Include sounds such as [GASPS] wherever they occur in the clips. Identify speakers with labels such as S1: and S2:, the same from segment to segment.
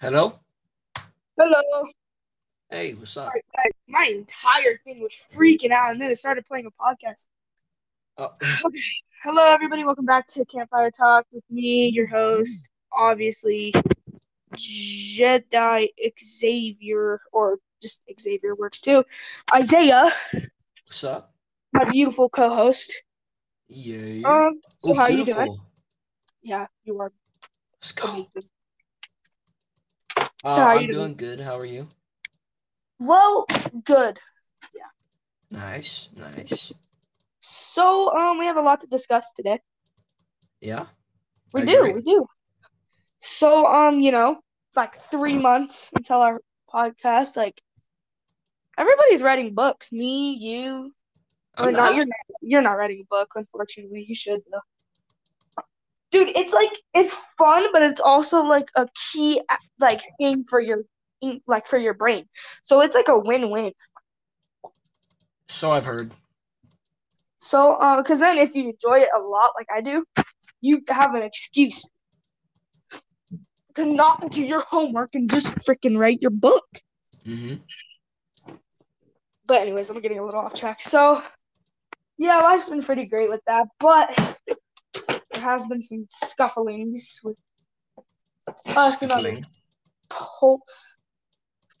S1: Hello?
S2: Hello.
S1: Hey, what's up?
S2: Like, like, my entire thing was freaking out, and then it started playing a podcast.
S1: Oh,
S2: [LAUGHS] Okay. Hello, everybody. Welcome back to Campfire Talk with me, your host, obviously, Jedi Xavier, or just Xavier works too. Isaiah,
S1: what's up?
S2: my beautiful co host.
S1: Yeah.
S2: Um, so,
S1: Oh,
S2: how you doing?
S1: beautiful.
S2: Yeah, you are
S1: Let's go.
S2: amazing.
S1: Uh,
S2: how
S1: I'm
S2: you doing?
S1: doing good. How are you?
S2: Well, good.
S1: Nice, nice.
S2: So, um, we have a lot to discuss today.
S1: Yeah.
S2: We
S1: I
S2: do,
S1: agree.
S2: we do. So, um, you know, like three months until our podcast, like everybody's writing books. Me, you,
S1: I'm
S2: or Oh, not.
S1: not-
S2: You're not. You're not writing a book, unfortunately. You should though, dude. It's like it's fun, but it's also like a key uh, like thing for your in- like for your brain. So it's like a win-win.
S1: So I've heard.
S2: So, uh, because then if you enjoy it a lot, like I do, you have an excuse to not do your homework and just freaking write your book.
S1: hmm
S2: But anyways, I'm getting a little off track. So yeah, life's been pretty great with that, but there has been some scufflings with us and other
S1: Scuffling.
S2: Colts.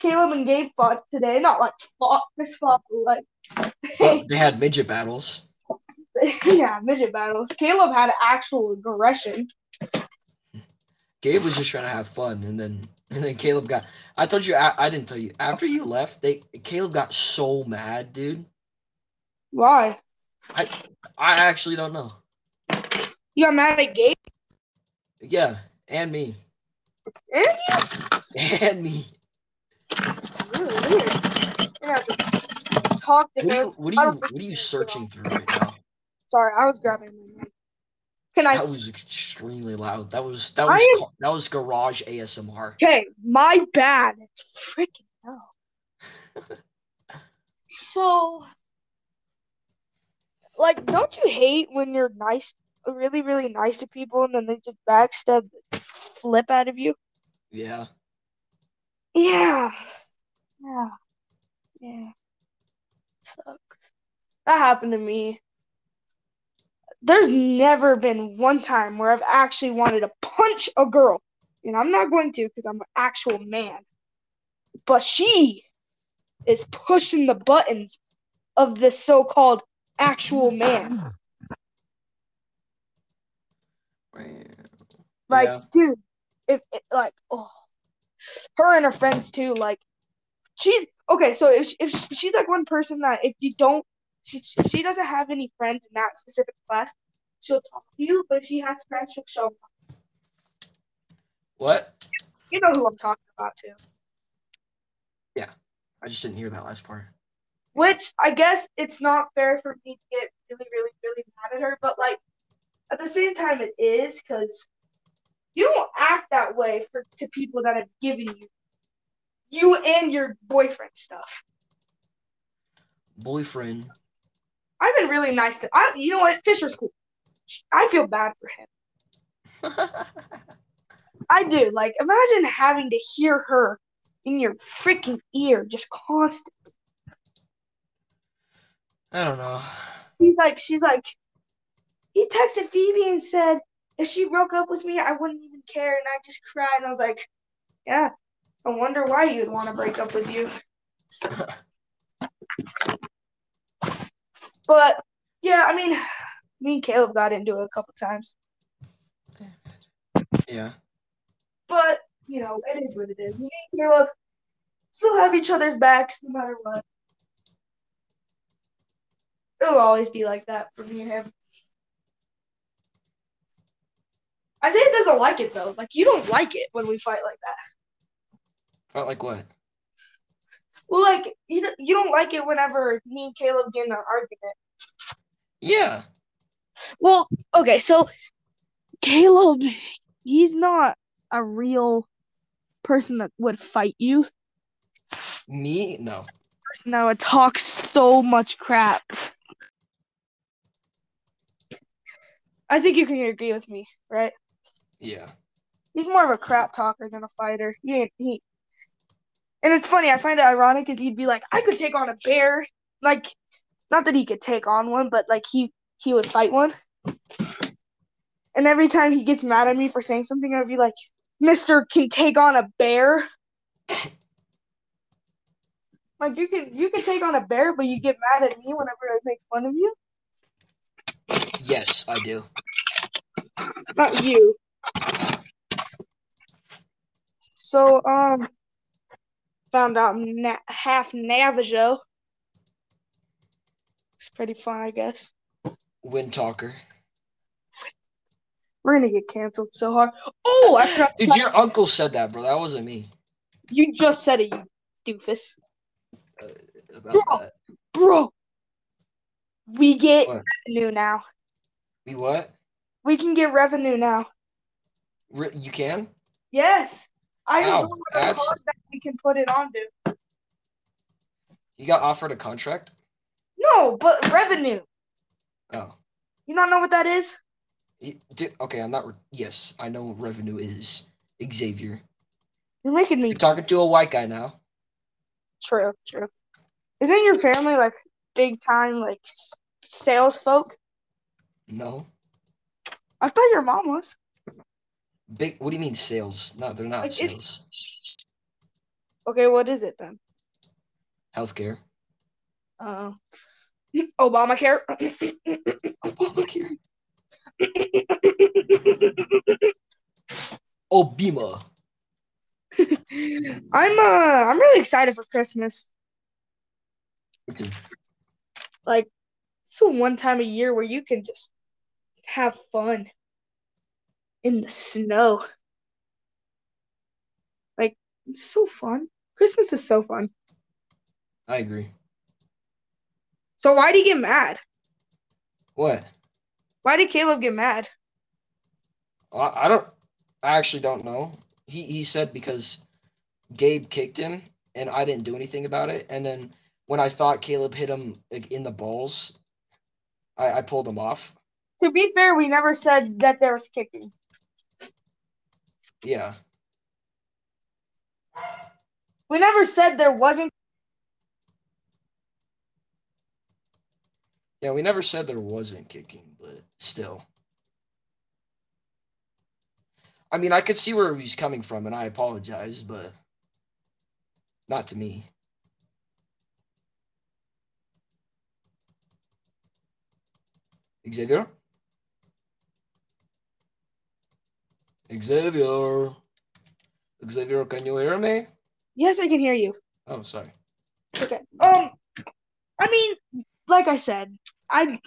S2: Caleb and Gabe fought today. Not like fought, miss fought, but [LAUGHS]
S1: Well, they had midget battles.
S2: like [LAUGHS] yeah, midget battles. Caleb had actual aggression.
S1: Gabe was just trying to have fun, and then [LAUGHS] and then Caleb got. I told you. I, I didn't tell you. After you left, they Caleb got so mad, dude.
S2: Why?
S1: I actually don't know.
S2: You got mad at Gabe?
S1: Yeah, and me, [LAUGHS]
S2: And
S1: and me.
S2: you? Really weird. You're gonna have to talk to
S1: What are
S2: him.
S1: you? What
S2: I
S1: are you?
S2: don't think
S1: What are you
S2: he's
S1: searching through right now?
S2: Sorry, I was grabbing my mic. Can I
S1: That was extremely loud. That was that
S2: I
S1: was
S2: am-
S1: ca- that was garage ASMR.
S2: Okay, my bad. It's freaking no.
S1: [LAUGHS]
S2: so, like, don't you hate when you're nice, really, really nice to people, and then they just backstab, flip out of you?
S1: Yeah.
S2: Yeah, yeah, yeah. Sucks. That happened to me. There's never been one time where I've actually wanted to punch a girl, and I'm not going to because I'm an actual man. But she is pushing the buttons of this so-called actual man. Like,
S1: Yeah.
S2: dude, if it, like, oh, her and her friends too. Like, she's okay. So if she- if she- she's like one person that if you don't, she she she doesn't have any friends in that specific class, she'll talk to you. But if she has friends, she'll show. 'em.
S1: What?
S2: You know who I'm talking about too.
S1: I just didn't hear that last part.
S2: Which I guess it's not fair for me to get really, really, really mad at her, but like at the same time, it is because you don't act that way for to people that have given you you and your boyfriend stuff.
S1: Boyfriend.
S2: I've been really nice to. I, you know what? Fisher's cool. I feel bad for him. I do. Like, imagine having to hear her in your freaking ear, just constant.
S1: I don't know.
S2: She's like, she's like, he texted Phoebe and said if she broke up with me, I wouldn't even care, and I just cried. And I was like, yeah, I wonder why you'd want to break up with you. But yeah, I mean, me and Caleb got into it a couple times,
S1: Yeah.
S2: but you know, it is what it is. Me and Caleb still have each other's backs no matter what. It'll always be like that for me and him. Isaiah doesn't like it though. Like you don't like it when we fight like that.
S1: Felt like what?
S2: Well, like you, don't- you don't like it whenever me and Caleb get in an argument.
S1: Yeah.
S2: Well, okay, so Caleb, he's not a real person that would fight you.
S1: Me? No.
S2: Person that would talk so much crap. I think you can agree with me, right?
S1: Yeah.
S2: He's more of a crap talker than a fighter. He ain't he. And it's funny. I find it ironic because he'd be like, "I could take on a bear." Like, not that he could take on one, but like he he would fight one. And every time he gets mad at me for saying something, I'd be like, "Mister can take on a bear." Like you can you can take on a bear, but you get mad at me whenever I make fun of you.
S1: Yes, I do.
S2: Not you. So um, found out na- half Navajo. It's pretty fun, I guess.
S1: Wind talker.
S2: We're gonna get canceled so hard. Oh, I forgot. to
S1: Dude,
S2: tell-
S1: your uncle said that, bro. That wasn't me.
S2: you just said it, you doofus,
S1: About
S2: Bro.
S1: that.
S2: bro. We get
S1: What?
S2: revenue now.
S1: We what?
S2: We can get revenue now.
S1: Re- you can?
S2: Yes. I just
S1: Ow,
S2: don't want to
S1: that's-
S2: cause that we can put it onto.
S1: You got offered a contract?
S2: No, but revenue.
S1: Oh.
S2: You not know what that is?
S1: You- di- okay, I'm not. Re- yes, I know what revenue is. Xavier.
S2: You're making me
S1: You're talking to a white guy now.
S2: True, true. Isn't your family like big time like s- sales folk?
S1: No.
S2: I thought your mom was.
S1: Big. What do you mean sales? No, they're not
S2: Like, it-
S1: sales.
S2: Okay, what is it then?
S1: Healthcare. [LAUGHS]
S2: Uh, [LAUGHS] Obamacare. [LAUGHS]
S1: Obamacare. Oh, Obima.
S2: I'm uh I'm really excited for Christmas.
S1: Okay.
S2: Like it's the one time a year where you can just have fun in the snow. Like it's so fun. Christmas is so fun.
S1: I agree.
S2: So why do you get mad?
S1: What?
S2: Why did Caleb get mad?
S1: I, I don't. I actually don't know. He he said because Gabe kicked him and I didn't do anything about it. And then when I thought Caleb hit him like in the balls, I, I pulled him off.
S2: To be fair, we never said that there was kicking.
S1: Yeah.
S2: We never said there wasn't.
S1: Yeah, we never said there wasn't kicking, but still. I mean, I could see where he's coming from, and I apologize, but not to me. Xavier? Xavier? Xavier, can you hear me?
S2: Yes, I can hear you.
S1: Oh, sorry. [LAUGHS]
S2: Okay. Um, I mean, like I said, I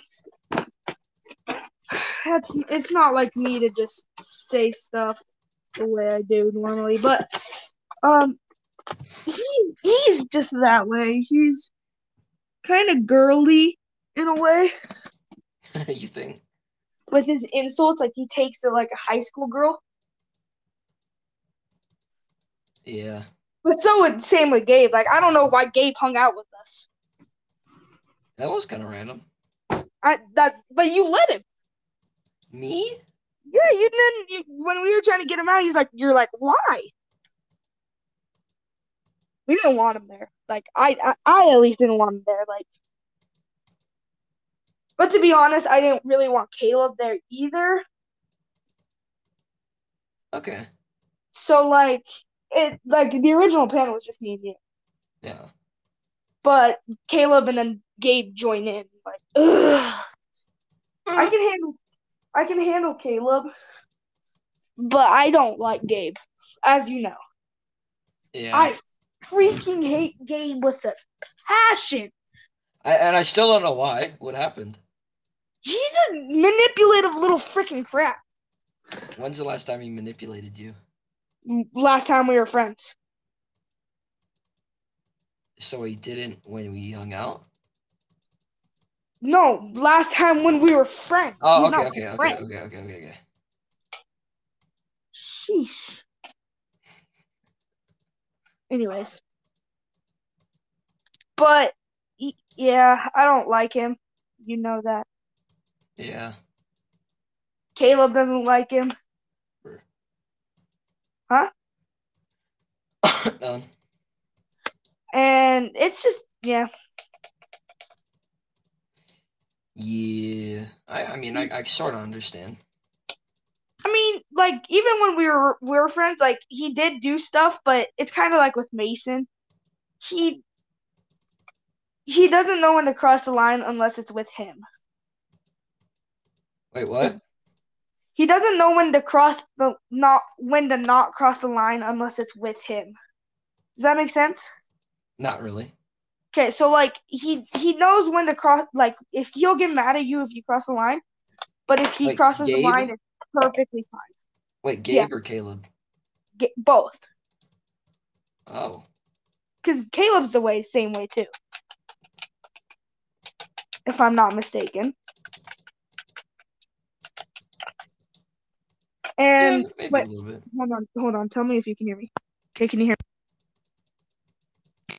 S2: that's it's not like me to just say stuff the way I do normally, but um, he he's just that way. He's kind of girly in a way
S1: you think?
S2: with his insults. Like he takes it like a high school girl.
S1: Yeah.
S2: But so would same with Gabe. Like I don't know why Gabe hung out with us.
S1: That was kind of random.
S2: I that but you let him.
S1: Me?
S2: Yeah, you didn't. You, when we were trying to get him out, he's like, "You're like, why?" We didn't want him there. Like, I, I, I at least didn't want him there. Like, but to be honest, I didn't really want Caleb there either.
S1: Okay.
S2: So like, it like the original plan was just me and you,
S1: Yeah.
S2: but Caleb and then Gabe join in. Like, ugh. I can handle, I can handle Caleb, but I don't like Gabe, as you know.
S1: Yeah.
S2: I freaking hate Gabe with a passion.
S1: I, and I still don't know why. What happened?
S2: He's a manipulative little freaking crap.
S1: When's the last time he manipulated you?
S2: Last time we were friends.
S1: So he didn't when we hung out.
S2: No, last time when we were friends.
S1: Oh,
S2: He's
S1: okay,
S2: not
S1: okay, okay,
S2: friend.
S1: okay, okay, okay, okay.
S2: Sheesh. Anyways. But y- yeah, I don't like him. You know that.
S1: Yeah.
S2: Caleb doesn't like him.
S1: Done.
S2: And it's just, yeah.
S1: Yeah, I, I mean, I, I sort of understand.
S2: I mean, like even when we were we were friends, like he did do stuff, but it's kind of like with Mason, he he doesn't know when to cross the line unless it's with him.
S1: Wait, what?
S2: He doesn't know when to cross the not when to not cross the line unless it's with him. Does that make sense?
S1: Not really.
S2: Okay, so like he he knows when to cross. Like if he'll get mad at you if you cross the line, but if he
S1: Like,
S2: crosses the
S1: Gabe?
S2: line, it's perfectly fine.
S1: Wait, Gabe
S2: Yeah.
S1: or Caleb?
S2: Get both,
S1: Oh,
S2: because Caleb's the way same way too. If I'm not mistaken. And
S1: yeah, maybe
S2: but-
S1: a little bit.
S2: hold on, hold on. Tell me if you can hear me. Okay, can you hear?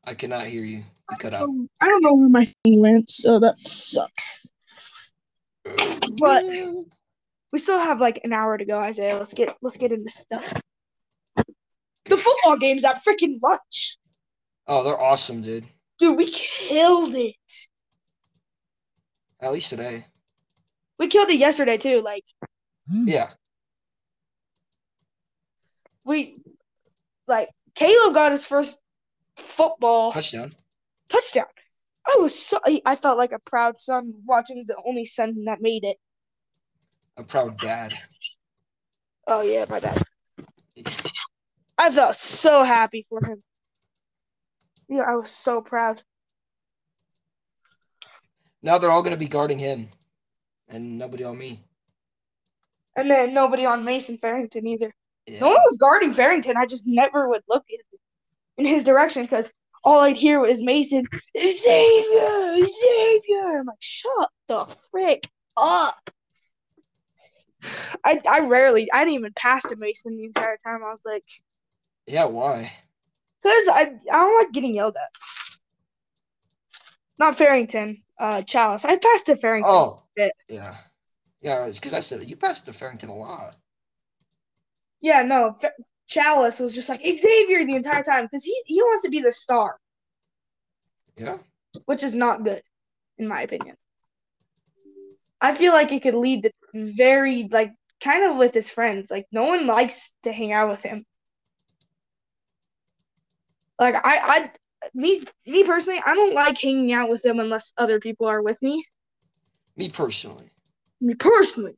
S1: I cannot hear you. You cut out.
S2: Me? Um, I don't know where my thing went, so that sucks. But- We still have like an hour to go, Isaiah. Let's get let's get into stuff. The football game's at freaking lunch,
S1: Oh, they're awesome, dude.
S2: dude. We killed it.
S1: At least today.
S2: We killed it yesterday too. Like
S1: Yeah.
S2: we, like Caleb got his first football
S1: Touchdown.
S2: touchdown. I was so I felt like a proud son watching the only son that made it.
S1: A proud dad.
S2: Oh yeah, my bad. I felt so happy for him. Yeah, I was so proud.
S1: Now they're all gonna be guarding him, and nobody on me.
S2: And then nobody on Mason Farrington either.
S1: Yeah.
S2: No one was guarding Farrington. I just never would look in his direction because all I'd hear was Mason, Xavier, Xavier. I'm like, shut the frick up. I, I rarely, I didn't even pass to Mason the entire time. I was like,
S1: Yeah. Why?
S2: because I, I don't like getting yelled at. Not Farrington, uh, Chalice. I passed to Farrington.
S1: Oh.
S2: bit.
S1: Yeah. Yeah. It's because I said it. you passed to Farrington a lot.
S2: Yeah, no. F- Chalice was just like Xavier the entire time because he he wants to be the star,
S1: Yeah.
S2: which is not good, in my opinion. I feel like it could lead to very like kind of with his friends. Like no one likes to hang out with him. Like I I me me personally, I don't like hanging out with him unless other people are with me.
S1: Me personally.
S2: Me personally.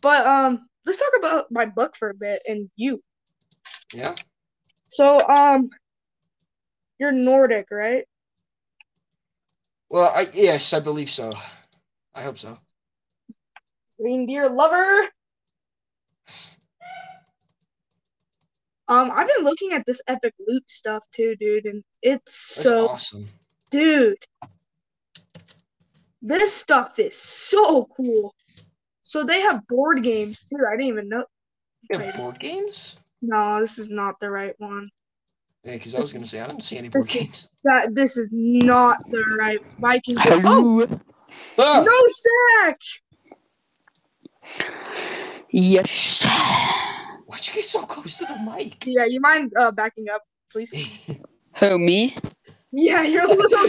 S2: But um, let's talk about my book for a bit and you.
S1: Yeah.
S2: So, um, you're Nordic, right?
S1: Well, I yes, I believe so. I hope so.
S2: Reindeer lover. Um, I've been looking at this epic loot stuff too, dude, and it's
S1: That's
S2: so,
S1: awesome.
S2: dude, this stuff is so cool. So they have board games too. I didn't even know.
S1: You have board games?
S2: No, this is not the right one.
S1: Yeah, because I was
S2: This
S1: gonna say I don't see any board
S2: this is-
S1: games.
S2: That this is not the right Viking. Oh,
S3: Hello.
S1: Ah!
S2: no sack!
S3: Yes.
S1: Why'd you get so close to the mic?
S2: Yeah, you mind uh, backing up, please?
S1: Mm. [LAUGHS]
S3: Who me?
S2: Yeah, you're [LAUGHS] a little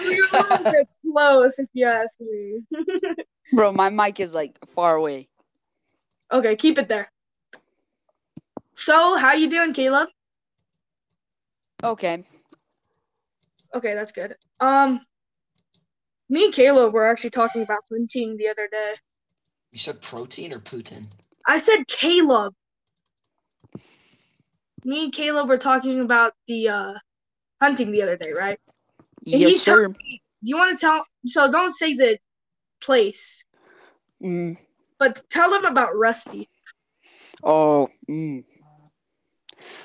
S2: You're a little bit close, if you ask me.
S3: Bro, my mic is like far away.
S2: okay, keep it there. So, how you doing, Caleb?
S3: Okay.
S2: Okay, that's good. Um, me and Caleb were actually talking about hunting the other day.
S1: you said protein or Putin?
S2: I said Caleb. Me and Caleb were talking about the uh, hunting the other day, right?
S3: Yes,
S2: he's
S3: sir.
S2: You want to tell? So don't say the place,
S3: Mm.
S2: but tell them about Rusty.
S3: Oh. Mm.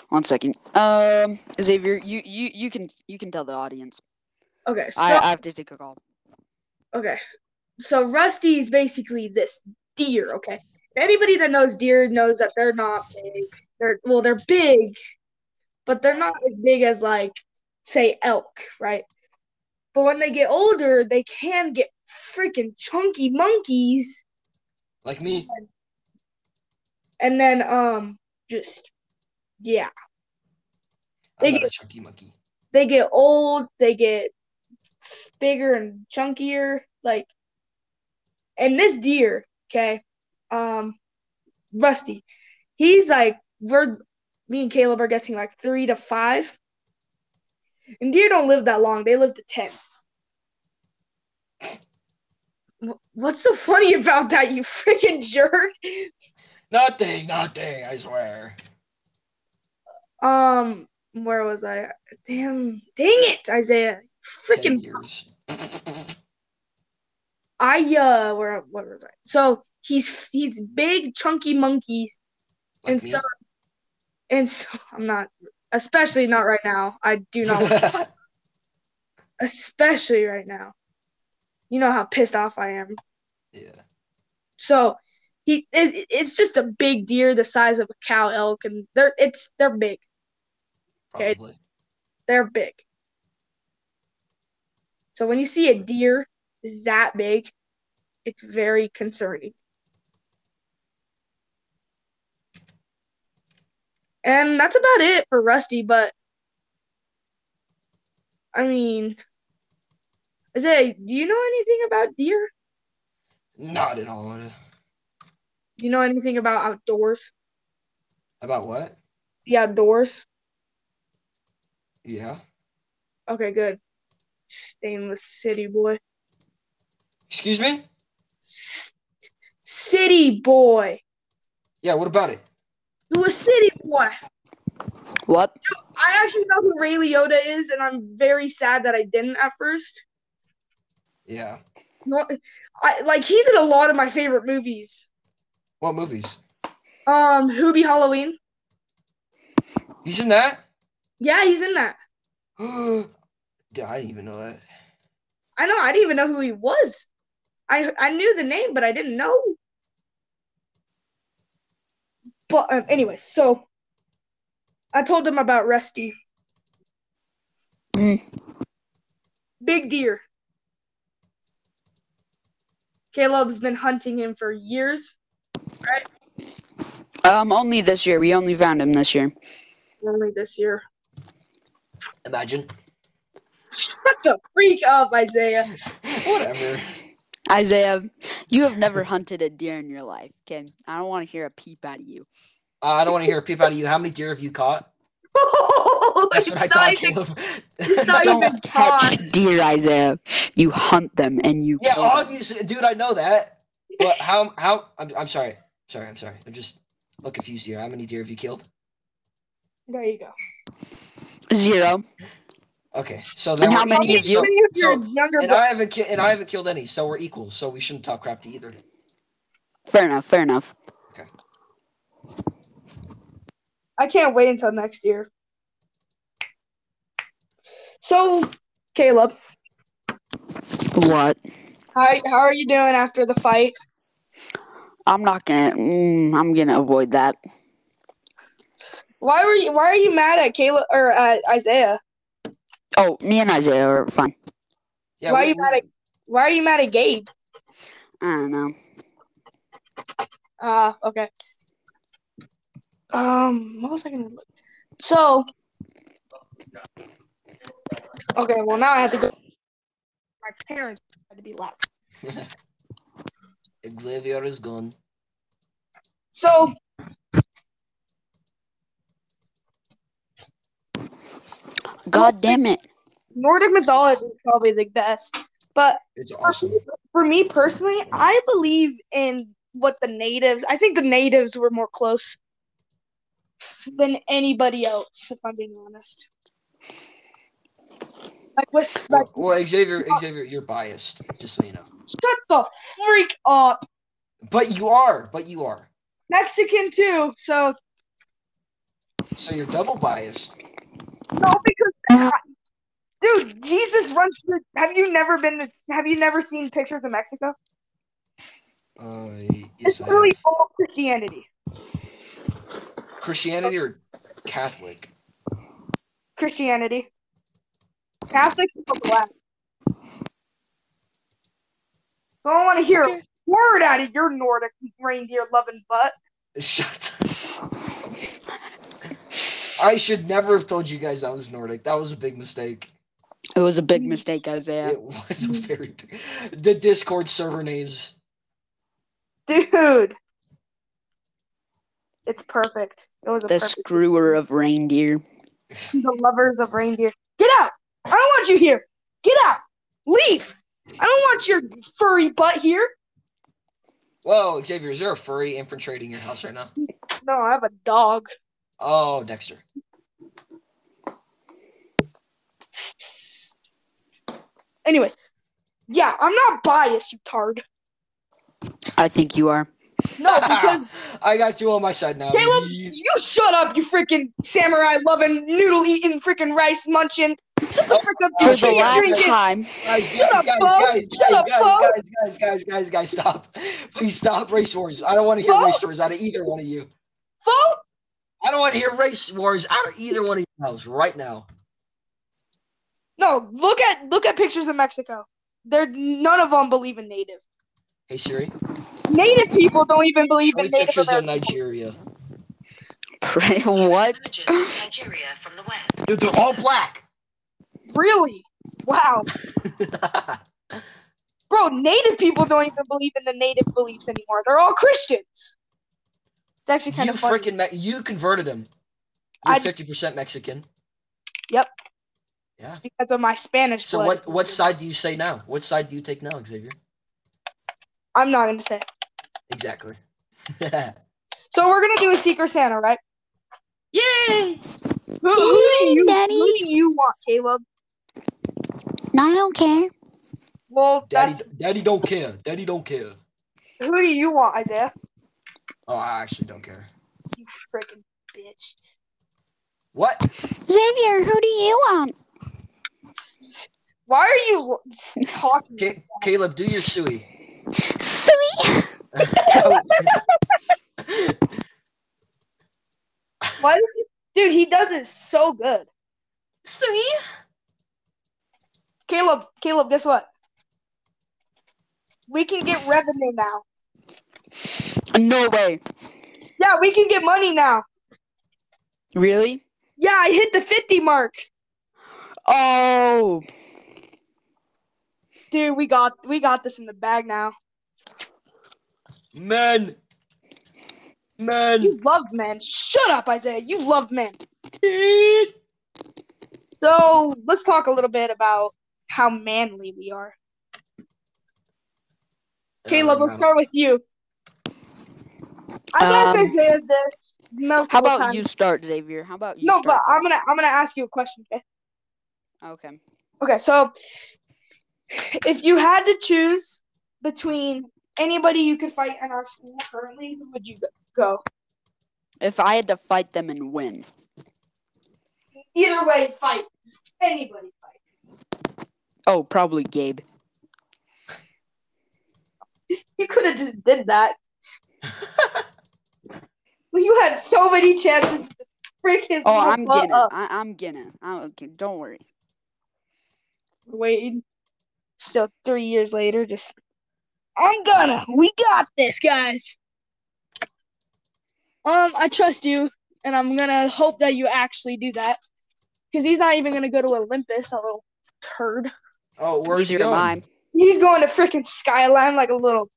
S3: One second. Um, Xavier, you, you you can you can tell the audience.
S2: Okay, so
S3: I, I have to take a call.
S2: Okay. So Rusty is basically this deer, okay? Anybody that knows deer knows that they're not big. They're well, they're big, but they're not as big as like say elk, right? But when they get older, they can get freaking chunky monkeys
S1: Like me?
S2: and then um just yeah.
S1: I'm
S2: They
S1: not a chunky monkey.
S2: They get old, they get bigger and chunkier, like and this deer, okay, um Rusty, he's like we're me and Caleb are guessing like three to five. And deer don't live that long, they live to ten. Wh- What's so funny about that, you freaking jerk?
S1: Nothing, nothing. I swear.
S2: Um, where was I? Damn, dang it, Isaiah!
S1: Ten
S2: Freaking,
S1: years. [LAUGHS]
S2: I uh, where what was I? So he's he's big, chunky monkeys,
S1: Like
S2: and
S1: me.
S2: so and so [LAUGHS] I'm not, especially not right now. I
S1: [LAUGHS]
S2: do not, want- especially right now. You know how pissed off I am.
S1: yeah.
S2: So he it, it's just a big deer the size of a cow elk, and they're it's they're big. Okay.
S1: Probably.
S2: They're big. So when you see a deer that big, it's very concerning. And that's about it for Rusty, but I mean, Isaiah, do you know anything about deer?
S1: Not at all.
S2: Do you know anything about outdoors?
S1: About what?
S2: The outdoors?
S1: Yeah.
S2: Okay, good. Stainless City boy.
S1: Excuse me?
S2: S- city boy.
S1: Yeah, what about it?
S2: You a city boy.
S3: What?
S2: I actually know who Ray Liotta is, and I'm very sad that I didn't at first.
S1: Yeah.
S2: No- I like he's in a lot of my favorite movies.
S1: What movies?
S2: Um, Who Be Halloween?
S1: He's in [GASPS] that?
S2: Yeah, he's in that.
S1: Dude, I didn't even know that.
S2: I know. I didn't even know who he was. I I knew the name, but I didn't know. But um, anyway, so I told him about Rusty.
S3: Mm.
S2: Big deer. Caleb's been hunting him for years.
S3: Um, only this year. We only found him this year.
S2: Only this year.
S1: [LAUGHS] Imagine.
S2: Shut the freak up, Isaiah. [LAUGHS]
S1: Whatever.
S3: Isaiah, you have never hunted a deer in your life. Okay, I don't want to hear a peep out of you.
S1: Uh, I don't want to hear a peep out of you. How many deer have you caught? That's
S2: it's
S1: what I
S2: not
S1: thought,
S2: even,
S1: Caleb. [LAUGHS]
S2: it's not
S3: You
S2: even
S3: don't
S2: caught.
S3: catch deer, Isaiah. You hunt them and you.
S1: yeah,
S3: kill them.
S1: obviously, dude, I know that. But how? How? I'm, I'm sorry. Sorry, I'm sorry. I'm just a little confused here. How many deer have you killed?
S2: There you go.
S3: Zero.
S1: Okay, so there
S3: And how
S1: were
S3: many of
S1: equals,
S2: How
S3: you?
S2: many of your
S1: so-
S2: younger
S1: and
S2: bro-
S1: I haven't ki- and I haven't killed any, so we're equal. So we shouldn't talk crap to either.
S3: Fair enough. Fair enough.
S2: I can't wait until next year. So, Caleb,
S3: What?
S2: how, how are you doing after the fight?
S3: I'm not gonna. Mm, I'm gonna avoid that.
S2: Why were you Why are you mad at Caleb or at Isaiah?
S3: Oh, me and Isaiah are fine.
S1: Yeah,
S2: Why
S1: we-
S2: you mad at- Why are you mad at Gabe?
S3: I don't know.
S2: Ah, okay. Um, what was I gonna look? So, okay. Well, now I have to go. My parents had to be loud.
S1: Xavier is gone.
S2: So,
S3: God damn it.
S2: Nordic mythology is probably the best, but
S1: It's awesome.
S2: for me personally, I believe in what the natives. I think the natives were more close than anybody else, if I'm being honest. Like, with, like,
S1: Well, well, Xavier, Xavier, you're biased, just so you know.
S2: shut the freak up.
S1: But you are, but you are.
S2: Mexican too, so
S1: So you're double biased.
S2: no, because dude, Jesus runs through. Have you never been? To, have you never seen pictures of Mexico?
S1: Uh,
S2: It's
S1: yes, I
S2: literally
S1: have.
S2: all Christianity.
S1: Christianity or Catholic? [LAUGHS]
S2: Christianity. Catholics are black. So I don't want to hear
S1: Okay.
S2: a word out of your Nordic reindeer loving butt.
S1: Shut. I should never have told you guys that was Nordic. That was a big mistake.
S3: It was a
S2: Mm.
S3: big mistake, Isaiah.
S1: It was a very big. The Discord server names.
S2: Dude. It's perfect. It was a
S3: The
S2: perfect.
S3: screwer of reindeer.
S2: The lovers of reindeer. Get out! I don't want you here. Get out! Leave! I don't want your furry butt here.
S1: Whoa, Xavier, is there a furry infiltrating your house right now?
S2: No, I have a dog.
S1: Oh, Dexter.
S2: Anyways, yeah, I'm not biased, you tard.
S3: I think you are.
S2: [LAUGHS] No, because
S1: [LAUGHS] I got you on my side now.
S2: Caleb,
S1: You-
S2: you shut up, you freaking samurai loving, noodle eating, freaking rice munching. Shut the frick up, you
S3: Oh, For
S1: Don't
S3: the
S1: you
S2: cheat
S3: last
S2: drinking.
S3: time, [LAUGHS]
S1: Guys,
S2: Shut
S1: guys,
S2: up,
S1: guys,
S2: Bo.
S1: guys,
S2: Shut
S1: guys,
S2: up, Bo.
S1: guys, guys, guys, guys, guys, guys, stop. [LAUGHS] Please stop race wars. I don't want to hear
S2: Bo.
S1: race wars out of either one of you.
S2: Vote
S1: I don't want to hear race wars out of either one of you guys right now.
S2: No, look at look at pictures of Mexico. They're none of them believe in native.
S1: Hey Siri,
S2: Native people don't even
S1: show
S2: believe
S1: me
S2: in native
S1: pictures of
S2: American.
S1: Nigeria.
S3: pray
S4: Here's
S3: what?
S4: Images of Nigeria from the web.
S1: Dude, they're all black. [LAUGHS]
S2: Really? Wow, bro. Native people don't even believe in the native beliefs anymore. They're all Christians. It's actually kind
S1: you
S2: of funny.
S1: freaking me- you converted him. You're
S2: I-
S1: fifty percent Mexican.
S2: It's because of my Spanish
S1: So
S2: blood.
S1: what what side do you say now? What side do you take now, Xavier?
S2: I'm not gonna say.
S1: Exactly. [LAUGHS]
S2: So we're gonna do a Secret Santa, right?
S1: Yay!
S2: Who, who do
S3: Yay,
S2: you,
S3: Daddy.
S2: who do you want, Caleb?
S3: No, I don't care.
S2: Well,
S1: Daddy,
S2: that's
S1: Daddy don't care. Daddy don't care.
S2: who do you want, Isaiah?
S1: Oh, I actually don't care.
S2: You freaking bitch.
S1: What?
S3: Xavier, who do you want?
S2: Why are you l- s- talking?
S1: Ca- Caleb, do your suey.
S2: [LAUGHS]
S3: Sweet.
S2: Why does he, dude? He does it so good.
S1: suey?
S2: Caleb, Caleb, guess what? We can get revenue now.
S3: No way.
S2: Yeah, we can get money now.
S3: Really?
S2: Yeah, I hit the 50 mark.
S3: Oh,
S2: Dude, we got we got this in the bag now.
S1: Men. Men.
S2: You love men. Shut up, Isaiah. You love men.
S1: Dude,
S2: So let's talk a little bit about how manly we are. Caleb,
S3: Um,
S1: Oh,
S2: let's start with you. I've asked
S3: Um,
S2: Isaiah this multiple
S3: how about
S2: times.
S3: you start, Xavier? How about you?
S2: no, but
S3: start
S2: I'm gonna I'm gonna ask you a question, okay?
S3: first? Okay.
S2: Okay, so if you had to choose between anybody you could fight in our school currently, who would you go- go?
S3: If I had to fight them and win,
S2: Either way, fight. Just Anybody fight.
S3: oh, probably Gabe.
S2: You could have just did that. You had so many chances to freak his
S3: Oh,
S2: little
S3: I'm
S2: butt
S3: gonna.
S2: up.
S3: I, I'm gonna. I, okay, don't worry.
S2: Waiting. Still three years later, just I'm gonna. We got this, guys. Um, I trust you, and I'm gonna hope that you actually do that, because he's not even gonna go to Olympus, a little turd.
S1: Oh, where's
S3: Neither am I.
S1: going?
S2: He's going to freaking Skyline like a little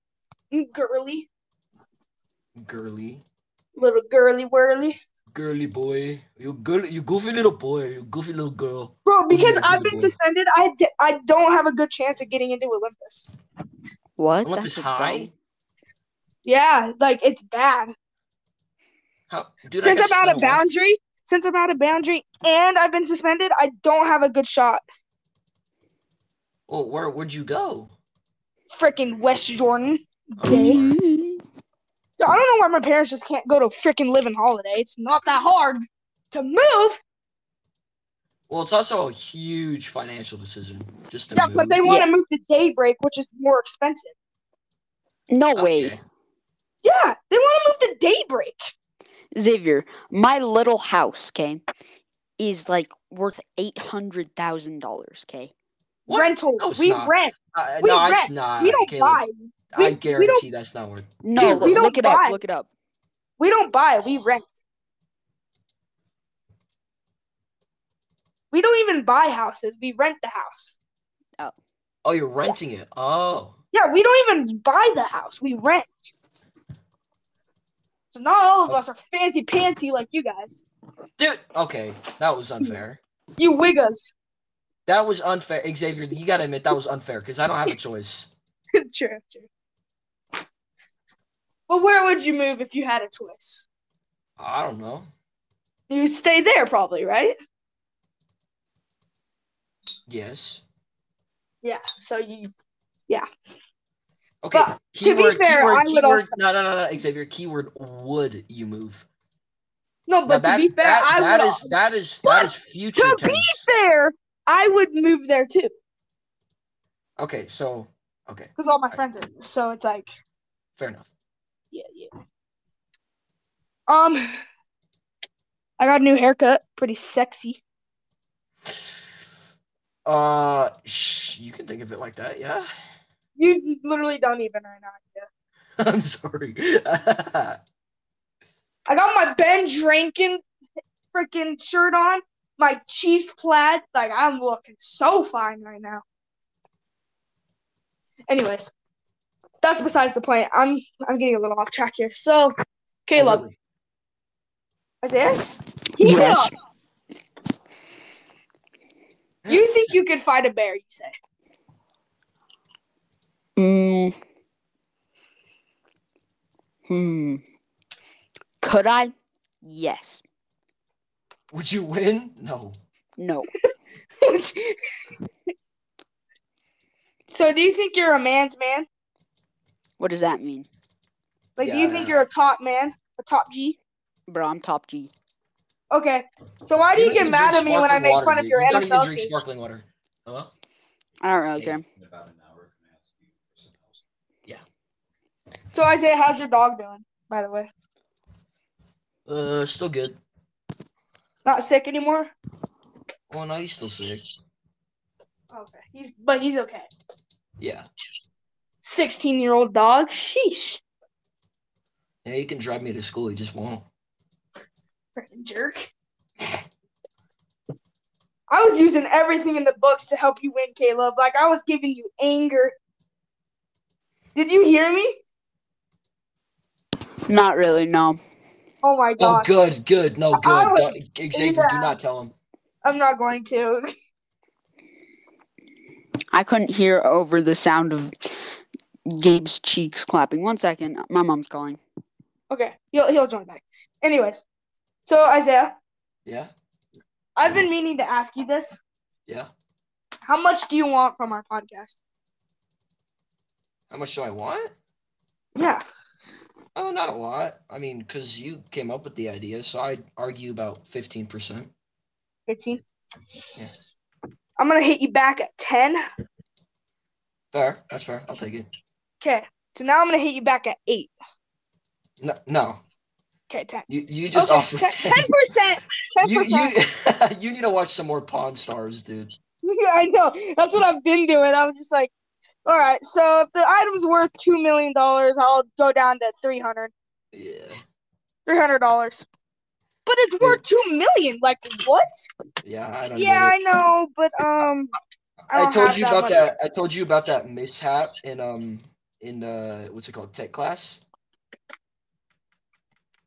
S2: girly,
S1: Girly.
S2: little girly whirly,
S1: Girly boy. You girl you goofy little boy. You goofy little girl.
S2: bro. Because
S1: Ooh,
S2: I've been
S1: boy.
S2: suspended, I d- I don't have a good chance of getting into Olympus.
S3: What?
S1: Olympus
S3: That's a
S1: high?
S3: dumb-
S2: Yeah, like it's bad.
S1: How, dude, I
S2: since
S1: got
S2: I'm out of
S1: snow.
S2: boundary, since I'm out of boundary, and I've been suspended, I don't have a good shot.
S1: Well, where would you go?
S2: Freaking West Jordan.
S1: Oh, I'm
S2: Okay.
S1: sorry.
S2: I don't know why my parents just can't go to freaking living holiday. It's not that hard to move.
S1: Well, it's also a huge financial decision. Just to
S2: Yeah,
S1: move.
S2: but they want to move to daybreak, which is more expensive.
S3: No
S1: Okay.
S3: way,
S2: Yeah, they want to move to daybreak.
S3: Xavier. My little house, okay, is like worth eight hundred thousand dollars, okay.
S1: What?
S2: Rental.
S1: No, it's
S2: we
S1: not.
S2: rent.
S1: Uh,
S2: We
S1: no, it's
S2: rent.
S1: not.
S2: we don't
S1: Caleb.
S2: buy. We-
S1: I
S2: we
S1: guarantee
S2: don't-
S1: that's not worth.
S3: No,
S2: Dude, we
S3: look,
S2: don't
S3: look it up.
S2: buy.
S3: Look it up.
S2: We don't buy. We rent. We don't even buy houses. We rent the house.
S1: Oh, you're renting it. Oh.
S2: Yeah, we don't even buy the house. We rent. So not all of us are fancy pantsy like you guys.
S1: Dude, okay, that was unfair.
S2: You wiggers. [LAUGHS]
S1: That was unfair, Xavier. You gotta admit that was unfair because I don't have a choice.
S2: true, true. But where would you move if you had a choice?
S1: I don't know.
S2: You'd stay there probably, right?
S1: Yes.
S2: Yeah. So you
S1: Okay.
S2: But, to be fair, I would
S1: keyword,
S2: also-
S1: No, no, no, no, Xavier. Keyword: Would you move?
S2: no, but
S1: Now that-
S2: to be fair,
S1: that-
S2: I
S1: that
S2: would uh,
S1: is that is that
S2: But
S1: is future
S2: to be
S1: tense.
S2: fair, I would move there too
S1: Okay, so okay,
S2: because all my friends are there. So it's like
S1: fair enough.
S2: yeah, yeah. Um, [SIGHS] I got a new haircut, pretty sexy.
S1: Uh, shh, you can think of it like that, yeah. [LAUGHS]
S2: You literally don't even right now. Yeah.
S1: I'm sorry. [LAUGHS]
S2: I got my Ben Drinking freaking shirt on, my Chiefs plaid. Like I'm looking so fine right now. Anyways, that's besides the point. I'm I'm getting a little off track here. So, Caleb,
S1: Really.
S2: Isaiah, keep
S3: Yes.
S2: it up. You think you could fight a bear? You say
S3: Mm. Hmm. Could I? Yes.
S1: Would you win? No.
S3: No.
S2: [LAUGHS] so do you think you're a man's man?
S3: What does that mean?
S2: Like, do you
S1: Yeah,
S2: think
S1: yeah.
S2: you're a top man, a top G?
S3: Bro, I'm top G.
S2: Okay. So why do you
S1: don't
S2: get
S1: even
S2: mad
S1: drink
S2: at me when I
S1: sparkling
S2: make
S1: water,
S2: fun of
S1: dude.
S2: your
S1: You don't even
S2: NFL
S1: drink
S2: team?
S1: sparkling water. Hello?
S3: I don't really care.
S5: In about an hour, can I ask you for something else?
S2: So Isaiah, how's your dog doing? By the way,
S1: Uh, still good.
S2: not sick anymore.
S1: Oh no, he's still sick.
S2: Okay, he's but he's okay.
S1: Yeah.
S2: Sixteen-year-old dog. Sheesh,
S1: Yeah, he can drive me to school. He just won't.
S2: freaking jerk. I was using everything in the books to help you win, Caleb. Like I was giving you anger. Did you hear me?
S3: Not really, no.
S2: Oh my
S1: Oh,
S2: gosh!
S1: good, good. No, good.
S2: I was-
S1: Don't- Xavier, do not tell him.
S2: I'm not going to. [LAUGHS]
S3: I couldn't hear over the sound of Gabe's cheeks clapping. One second. My mom's calling.
S2: Okay, he'll he'll join back. Anyways, so Isaiah,
S1: Yeah,
S2: I've been meaning to ask you this.
S1: yeah.
S2: How much do you want from our podcast?
S1: How much do I want?
S2: Yeah.
S1: Oh, not a lot. I mean, because you came up with the idea, so I'd argue about fifteen percent.
S2: 15. I'm going to hit you back at 10.
S1: Fair. That's fair. I'll take it.
S2: Okay. So now I'm going to hit you back at 8.
S1: No, no.
S2: Okay, 10.
S1: You you just [LAUGHS]
S2: okay,
S1: offered.
S2: 10, 10%. 10%.
S1: You you [LAUGHS] you need to watch some more Pawn Stars, dude.
S2: Yeah, [LAUGHS] I know. That's what I've been doing. I was just like, all right, so if the item's worth $2 million, I'll go down to 300
S1: Yeah,
S2: $300. But it's worth two million. Like what?
S1: yeah. I don't
S2: Yeah,
S1: know.
S2: I know, but um, I,
S1: I
S2: don't
S1: told
S2: have
S1: you about
S2: much.
S1: that. I told you about that mishap in um in uh what's it called tech class.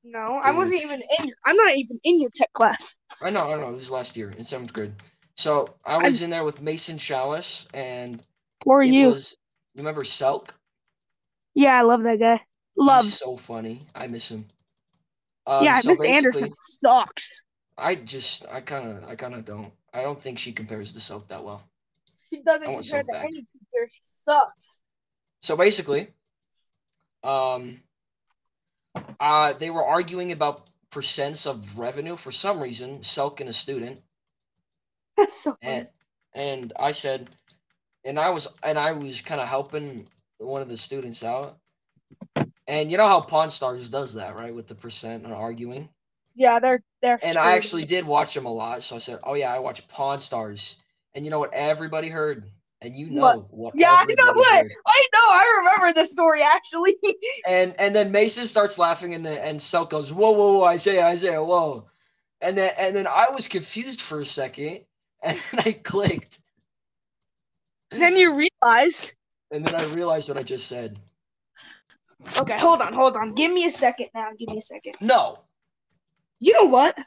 S2: No, I
S1: Dude.
S2: wasn't even in. your- I'm not even in your tech class.
S1: I know, I know. It was last year in seventh grade. So I was in there with Mason Chalice and
S2: Poor
S1: it
S2: you.
S1: was you remember Selk?
S2: Yeah, I love that guy. Love.
S1: He's so funny. I miss him. Um,
S2: yeah,
S1: so
S2: Miss Anderson
S1: basically,
S2: sucks.
S1: I just I kinda I kinda don't I don't think she compares to Selk that well.
S2: She doesn't
S1: I want
S2: compare
S1: Silk
S2: to
S1: back.
S2: any teacher. She sucks. [LAUGHS]
S1: So basically, um, uh, they were arguing about percents of revenue for some reason. Selk and a student,
S2: That's so funny.
S1: and and I said, and I was and I was kind of helping one of the students out, and you know how Pawn Stars does that, right, with the percent and arguing.
S2: Yeah, they're they're.
S1: And I actually did watch them a lot, so I said, oh yeah, I watch Pawn Stars, and you know what everybody heard, and you know
S2: What?
S1: what?
S2: Yeah, I know
S1: everybody
S2: what.
S1: heard.
S2: I know. I remember this story actually. [LAUGHS]
S1: And and then Mason starts laughing, and the, and Selk goes, "Whoa, whoa, whoa, Isaiah, Isaiah, whoa!" And then and then I was confused for a second, [LAUGHS] and then I clicked,
S2: Then you realize.
S1: and then I realized what I just said.
S2: Okay, hold on, hold on. Give me a second now. Give me a second.
S1: No.
S2: You know what?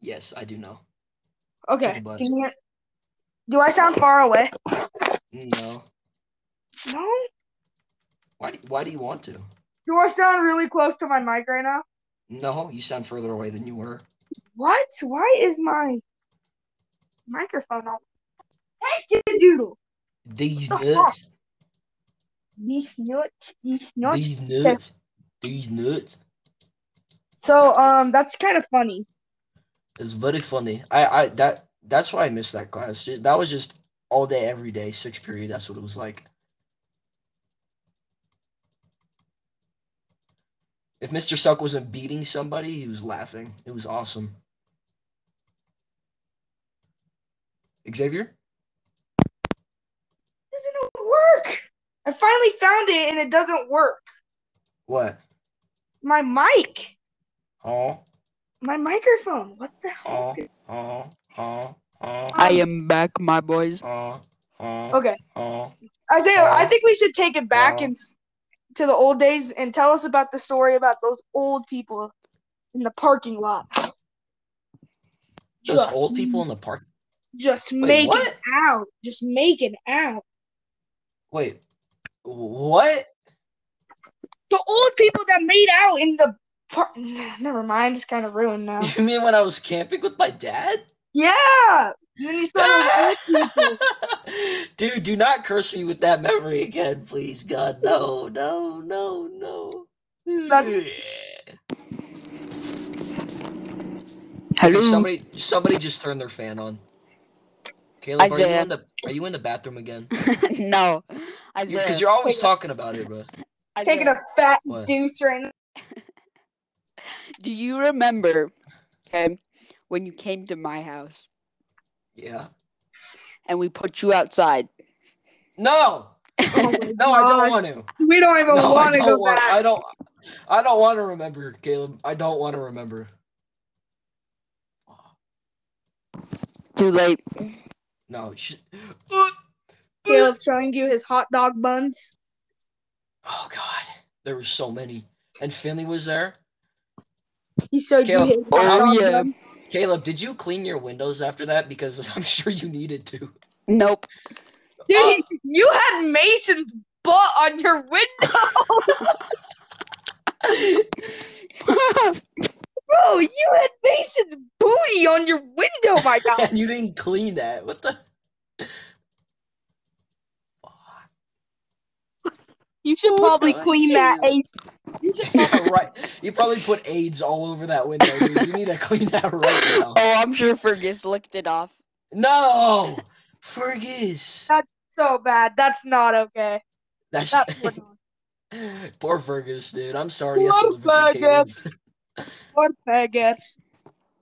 S1: Yes, I do know.
S2: Okay.
S1: Take a bite.
S2: Can you, do I sound far away?
S1: No.
S2: No.
S1: Why? do- Why do you want to?
S2: Do I sound really close to my mic right now?
S1: No, you sound further away than you were.
S2: What? Why is my microphone on? Hey, doodle.
S1: These
S2: What the fuck?
S1: nuts.
S2: These nuts. These nuts.
S1: These nuts. These nuts.
S2: So um, that's kind of funny.
S1: It's very funny. I, I that that's why I missed that class. Ju- That was just all day, every day, sixth period. That's what it was like. If Mr. Suck wasn't beating somebody, he was laughing. It was awesome. Xavier,
S2: Doesn't it work? I finally found it and it doesn't work.
S1: what?
S2: My mic.
S1: Oh,
S2: My microphone. What the
S1: oh,
S2: hell?
S1: oh, oh, oh,
S3: I am back, my boys.
S1: oh, oh,
S2: Okay.
S1: oh.
S2: Isaiah,
S1: Uh,
S2: I think we should take it back
S1: uh,
S2: and s- to the old days and tell us about the story about those old people in the parking lot.
S1: Those old people in the park.
S2: just
S1: Wait,
S2: making
S1: what?
S2: out, just making out.
S1: Wait, what?
S2: The old people that made out in the park. [SIGHS] Never mind, it's kind of
S1: [LAUGHS]
S2: ruined now.
S1: You mean when I was camping with my dad?
S2: yeah, and then
S1: [LAUGHS]
S2: you saw those old people.
S1: Dude, do not curse me with that memory again, please. God, no, no, no, no.
S2: That's-
S3: Hello.
S1: Somebody, somebody just turned their fan on. Caleb, are you
S3: Isaiah.
S1: in the are you in the bathroom again?
S3: [LAUGHS] no. Isaiah.
S1: Because you're always
S2: Wait.
S1: talking about it, bro.
S2: Taking
S3: Isaiah,
S2: a fat
S1: What?
S2: deuce right
S1: [LAUGHS]
S2: now.
S3: Do you remember, okay, when you came to my house
S1: Yeah.
S3: and we put you outside?
S1: No,
S2: Oh my
S1: no, I don't
S2: gosh.
S1: want to.
S2: We don't even
S1: No, I
S2: want to go
S1: don't want.
S2: back.
S1: I don't. I don't want to remember, Caleb. I don't want to remember.
S3: Too late.
S1: No. Sh-
S2: Caleb showing you his hot dog buns.
S1: oh God, there were so many, and Finley was there.
S2: He showed
S1: Caleb,
S2: you his hot
S3: oh,
S2: dog
S3: yeah.
S2: buns.
S1: Caleb, did you clean your windows after that? Because [LAUGHS] I'm sure you needed to.
S3: Nope. [LAUGHS]
S2: Dude,
S1: Oh.
S2: he- you had Mason's butt on your window, bro. You had Mason's booty on your window,
S1: [LAUGHS]
S2: my God.
S1: you didn't clean that. What the?
S2: You should
S3: What
S2: probably
S3: the
S2: clean that ace. You should probably
S1: right. You probably put AIDS all over that window, dude. You need to clean that right now.
S3: oh, I'm sure Fergus licked it off.
S1: No! Fergus!
S2: so bad. That's not okay.
S1: That's [LAUGHS]
S2: That's what-
S1: poor Fergus, dude. I'm sorry.
S2: Poor
S1: I said with you, Caleb.
S2: Fergus. [LAUGHS] what Fergus.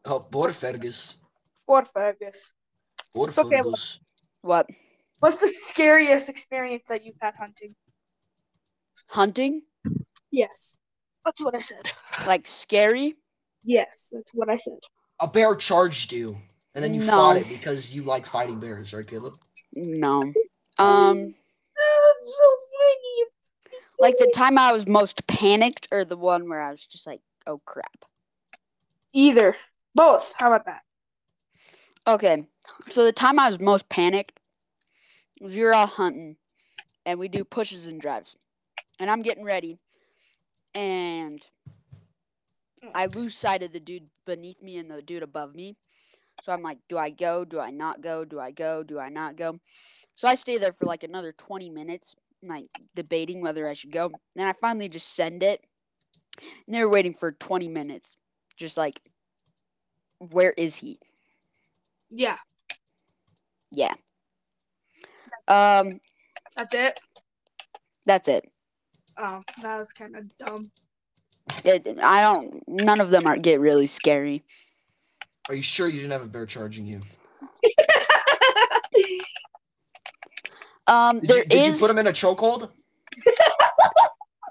S1: Oh, poor Fergus.
S2: What Fergus.
S1: Poor
S2: It's okay,
S1: Fergus.
S3: What?
S2: What's the scariest experience that you've had hunting?
S3: Hunting?
S2: Yes. That's what I said.
S3: Like scary?
S2: Yes, that's what I said.
S1: A bear charged you, and then you
S3: No.
S1: fought it because you like fighting bears, right, Caleb?
S3: No. Um,
S2: Oh, that's
S3: like the time I was most panicked, or the one where I was just like, oh crap.
S2: so many. Either. Both. How about that?
S3: Okay, so the time I was most panicked was we were all hunting, and we do pushes and drives, and I'm getting ready, and I lose sight of the dude beneath me and the dude above me, so I'm like, do I go? Do I not go? Do I go? Do I not go? So I stay there for like another 20 minutes, like debating whether I should go. Then I finally just send it, and they were waiting for 20 minutes, just like, where is he?
S2: Yeah.
S3: Yeah. Um,
S2: That's it.
S3: that's it.
S2: Oh, that was kind of [LAUGHS] dumb.
S3: it. I don't. None of them are get really scary.
S1: Are you sure you didn't have a bear charging you?
S3: Um,
S1: Did,
S3: there
S1: you, did
S3: is-
S1: you put him in a chokehold?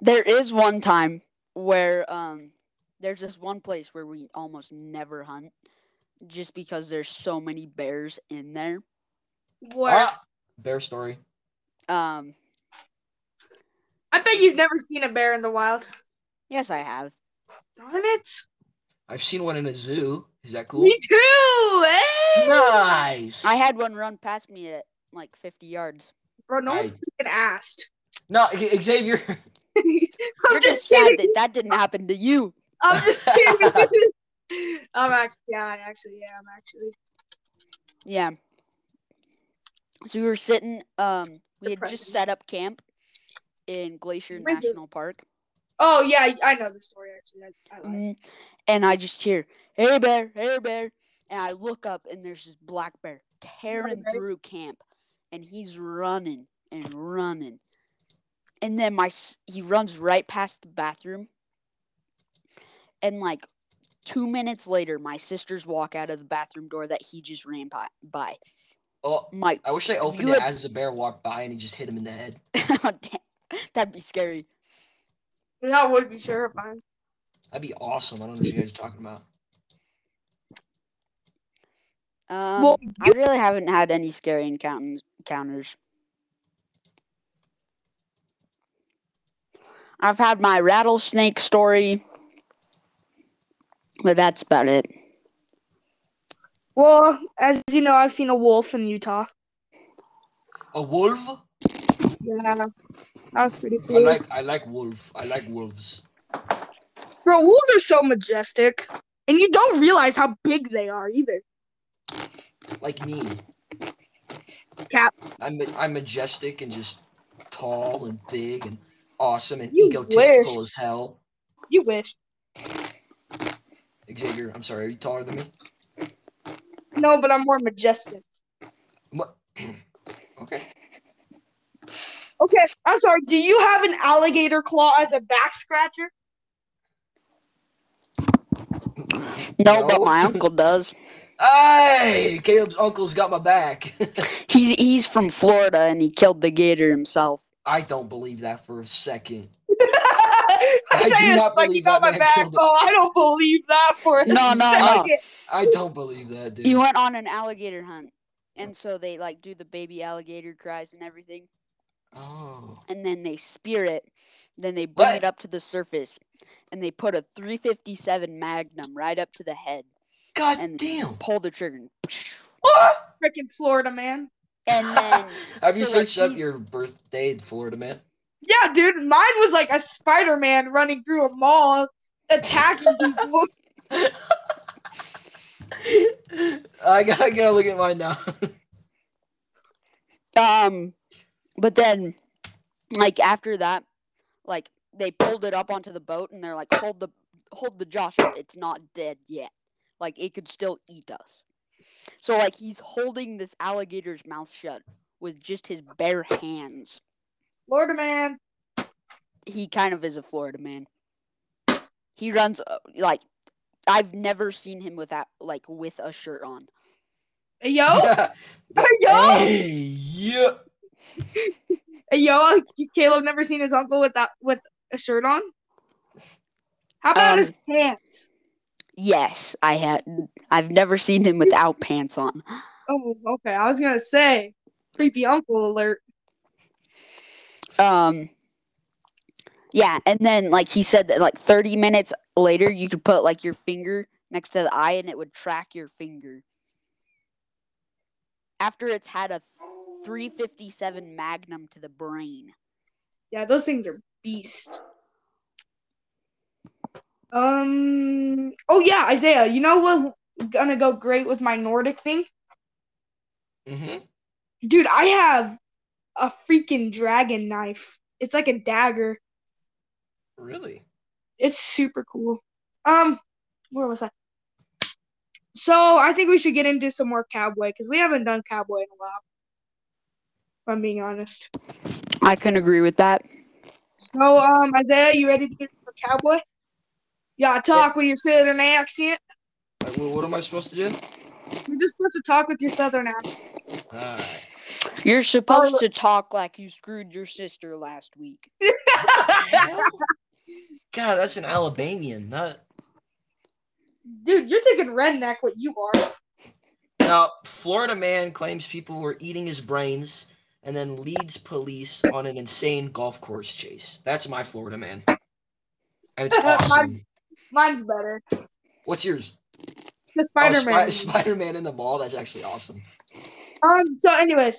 S3: there is one time where um, there's this one place where we almost never hunt, just because there's so many bears in there.
S2: Where
S1: Ah, bear story.
S3: Um,
S2: I bet you've never seen a bear in the wild.
S3: yes, I have.
S2: Darn it!
S1: I've seen one in a zoo. Is that cool?
S2: Me too. Hey,
S1: Nice.
S3: I had one run past me at like 50 yards.
S2: bro, no
S1: I-
S2: one freaking asked.
S1: no Xavier. [LAUGHS]
S2: I'm
S3: You're just,
S2: just,
S3: sad
S2: kidding.
S3: that that didn't happen to you.
S2: [LAUGHS] I'm just kidding. [LAUGHS] I'm actually, yeah, I actually, yeah, I'm actually.
S3: Yeah. So we were sitting. Um, we had just
S2: Depressing.
S3: set up camp in Glacier
S2: Right here.
S3: National Park.
S2: Oh yeah, I know the story actually. I, I lied.
S3: Mm, and I just hear, "Hey bear, hey bear!" And I look up, and there's this black bear tearing
S2: bear.
S3: through camp, and he's running and running, and then my s- he runs right past the bathroom, and like two minutes later, my sisters walk out of the bathroom door that he just ran by. by.
S1: Oh,
S3: I'm like,
S1: I wish I opened
S3: You
S1: it
S3: have-
S1: as the bear walked by and he just hit him in the head.
S3: [LAUGHS] "Damn, that'd be scary.
S2: That would be terrifying.
S1: That'd be awesome. I don't know what you guys are talking about.
S3: Um,
S2: Well,
S3: I really haven't had any scary encounters. encounters. I've had my rattlesnake story, but that's about it.
S2: Well, as you know, I've seen a wolf in Utah.
S1: A wolf?
S2: Yeah, that was pretty
S1: I
S2: cool.
S1: like I like wolf. I like wolves.
S2: Bro, wolves are so majestic, and you don't realize how big they are either.
S1: Like me.
S2: Cap.
S1: I'm I'm majestic and just tall and big and awesome and
S2: You
S1: egotistical
S2: wish.
S1: as hell.
S2: You wish.
S1: Xavier, I'm sorry, are you taller than me?
S2: No, but I'm more majestic.
S1: What? okay.
S2: Okay, I'm sorry. Do you have an alligator claw as a back scratcher?
S3: No, but
S1: No.
S3: my uncle does.
S1: Hey, Caleb's uncle's got my back. [LAUGHS]
S3: He's he's from Florida and he killed the gator himself.
S1: I don't believe that for a second.
S2: [LAUGHS] I,
S1: I
S2: say
S1: do
S2: it's
S1: not
S2: like you
S1: believe
S2: got
S1: that
S2: my
S1: man
S2: back.
S1: killed it.
S2: Oh, I don't believe that for a
S3: No, no, no.
S2: second.
S1: I don't believe that, dude.
S3: He went on an alligator hunt, and so they like do the baby alligator cries and everything.
S1: oh.
S3: and then they spear it. Then they bring
S1: What?
S3: it up to the surface, and they put a 357 Magnum right up to the head,
S1: God
S3: and-
S1: damn.
S3: pull the trigger, and,
S1: What?
S2: Freaking Florida man.
S3: and [LAUGHS] then
S1: [LAUGHS] Have you
S3: so, like,
S1: searched up
S3: he's-
S1: your birthday in Florida, man? [LAUGHS]
S2: Yeah, dude, mine was like a Spider Man running through a mall,
S1: [LAUGHS]
S2: attacking people.
S1: I gotta, I gotta look at mine now. [LAUGHS]
S3: um, but then like after that, like they pulled it up onto the boat, and they're like, hold the hold the Joshua, it's not dead yet, like it could still eat us. So like he's holding this alligator's mouth shut with just his bare hands.
S2: Florida man.
S3: he kind of is a Florida man. He runs uh, like I've never seen him without like with a shirt on.
S2: Hey, Yo, Hey, [LAUGHS] yo!
S1: Hey, yeah.
S2: Hey, yo, Caleb never seen his uncle with that with a shirt on. How about
S3: Um,
S2: his pants?
S3: Yes, I had. I've never seen him without pants on.
S2: Oh, okay. I was gonna say creepy uncle alert.
S3: Um. Yeah, and then like he said that like 30 minutes later you could put like your finger next to the eye and it would track your finger. After it's had a 357 magnum to the brain.
S2: Yeah, those things are beast. Um. Oh yeah, Isaiah. You know what? Gonna go great with my Nordic thing,
S1: Mm-hmm.
S2: dude. I have a freaking dragon knife. It's like a dagger.
S1: Really?
S2: It's super cool. Um, where was I? So I think we should get into some more cowboy because we haven't done cowboy in a while. If I'm being honest.
S3: I can agree with that.
S2: So um, Isaiah, you ready to get into cowboy? Yeah, talk with your southern accent.
S1: Like, wh- what am I supposed to do?
S2: You're just supposed to talk with your southern accent.
S1: Alright.
S3: You're supposed to talk like you screwed your sister last week.
S1: God, that's an Alabamian, not
S2: Dude, you're thinking redneck what you are.
S1: Now, Florida man claims people were eating his brains and then leads police on an insane golf course chase. That's my Florida man. And [LAUGHS] it's awesome.
S2: Mine's better.
S1: What's yours?
S2: The Spider Man.
S3: Oh,
S1: Spider Man in the mall. That's actually awesome.
S2: Um. So, anyways,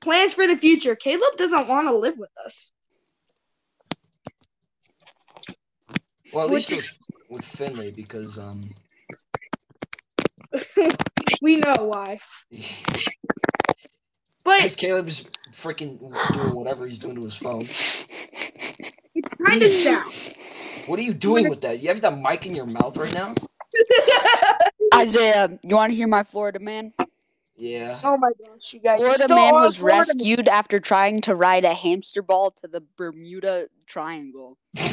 S2: plans for the future. Caleb doesn't want to live with us.
S1: Well, at
S2: Which
S1: least with, with Finley because um,
S2: We know why. But
S1: because Caleb's freaking doing whatever he's doing to his phone.
S2: it's kind of sad.
S1: What are you doing with that? You have that mic in your mouth right now?
S3: Isaiah, you want to hear my Florida man?
S1: Yeah.
S2: [LAUGHS] oh my gosh, you guys. you
S3: Florida
S2: stole
S3: man
S2: our
S3: was
S2: Florida man.
S3: rescued after trying to ride a hamster ball to the Bermuda Triangle. [LAUGHS]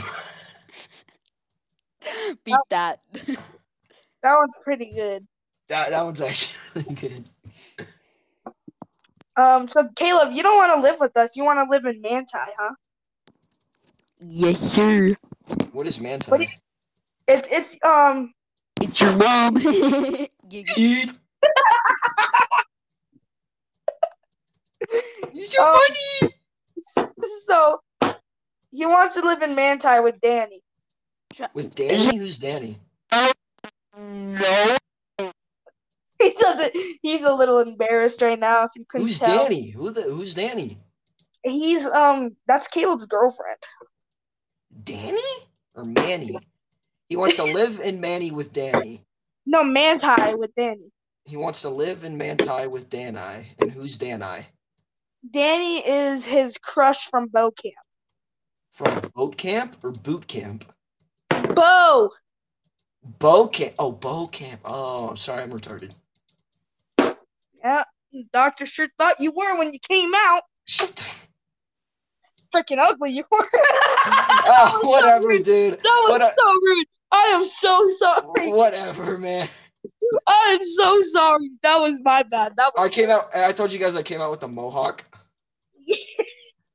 S1: Oh. [LAUGHS]
S3: Beat that.
S2: That one's pretty good.
S1: That that one's actually [LAUGHS] really good.
S2: Um. So, Caleb, you don't want to live with us. You want to live in Manti, huh?
S3: yes, sir.
S1: What is Manta?
S2: What do It's it's um. [LAUGHS]
S3: It's your mom. [LAUGHS] Yeah, yeah.
S1: Eat. Eat your
S2: Um,
S1: money.
S2: So he wants to live in Manti with Danny.
S1: With Danny, who's Danny?
S3: no.
S2: [LAUGHS] He doesn't. He's a little embarrassed right now. If you couldn't
S1: Who's
S2: tell,
S1: Danny? Who the who's Danny?
S2: he's um. That's Caleb's girlfriend.
S1: Danny or Manny? He wants to live in Manny with Danny.
S2: No, Manti with Danny.
S1: He wants to live in Manti with Danai. And who's Danai?
S2: Danny is his crush from Bo Camp.
S1: From boat camp or boot camp?
S2: Bo.
S1: Bo camp. Oh, bow camp. Oh, I'm sorry, I'm retarded.
S2: [LAUGHS] Yeah, Doctor sure thought you were when you came out. Freaking ugly you were. [LAUGHS]
S1: Ah,
S2: was so
S1: whatever,
S2: rude.
S1: dude.
S2: That was
S1: What a-
S2: so rude. I am so sorry.
S1: Whatever, man.
S2: I am so sorry. That was my bad. That was
S1: I came out. I told you guys I came out with a
S3: [LAUGHS]
S1: mohawk.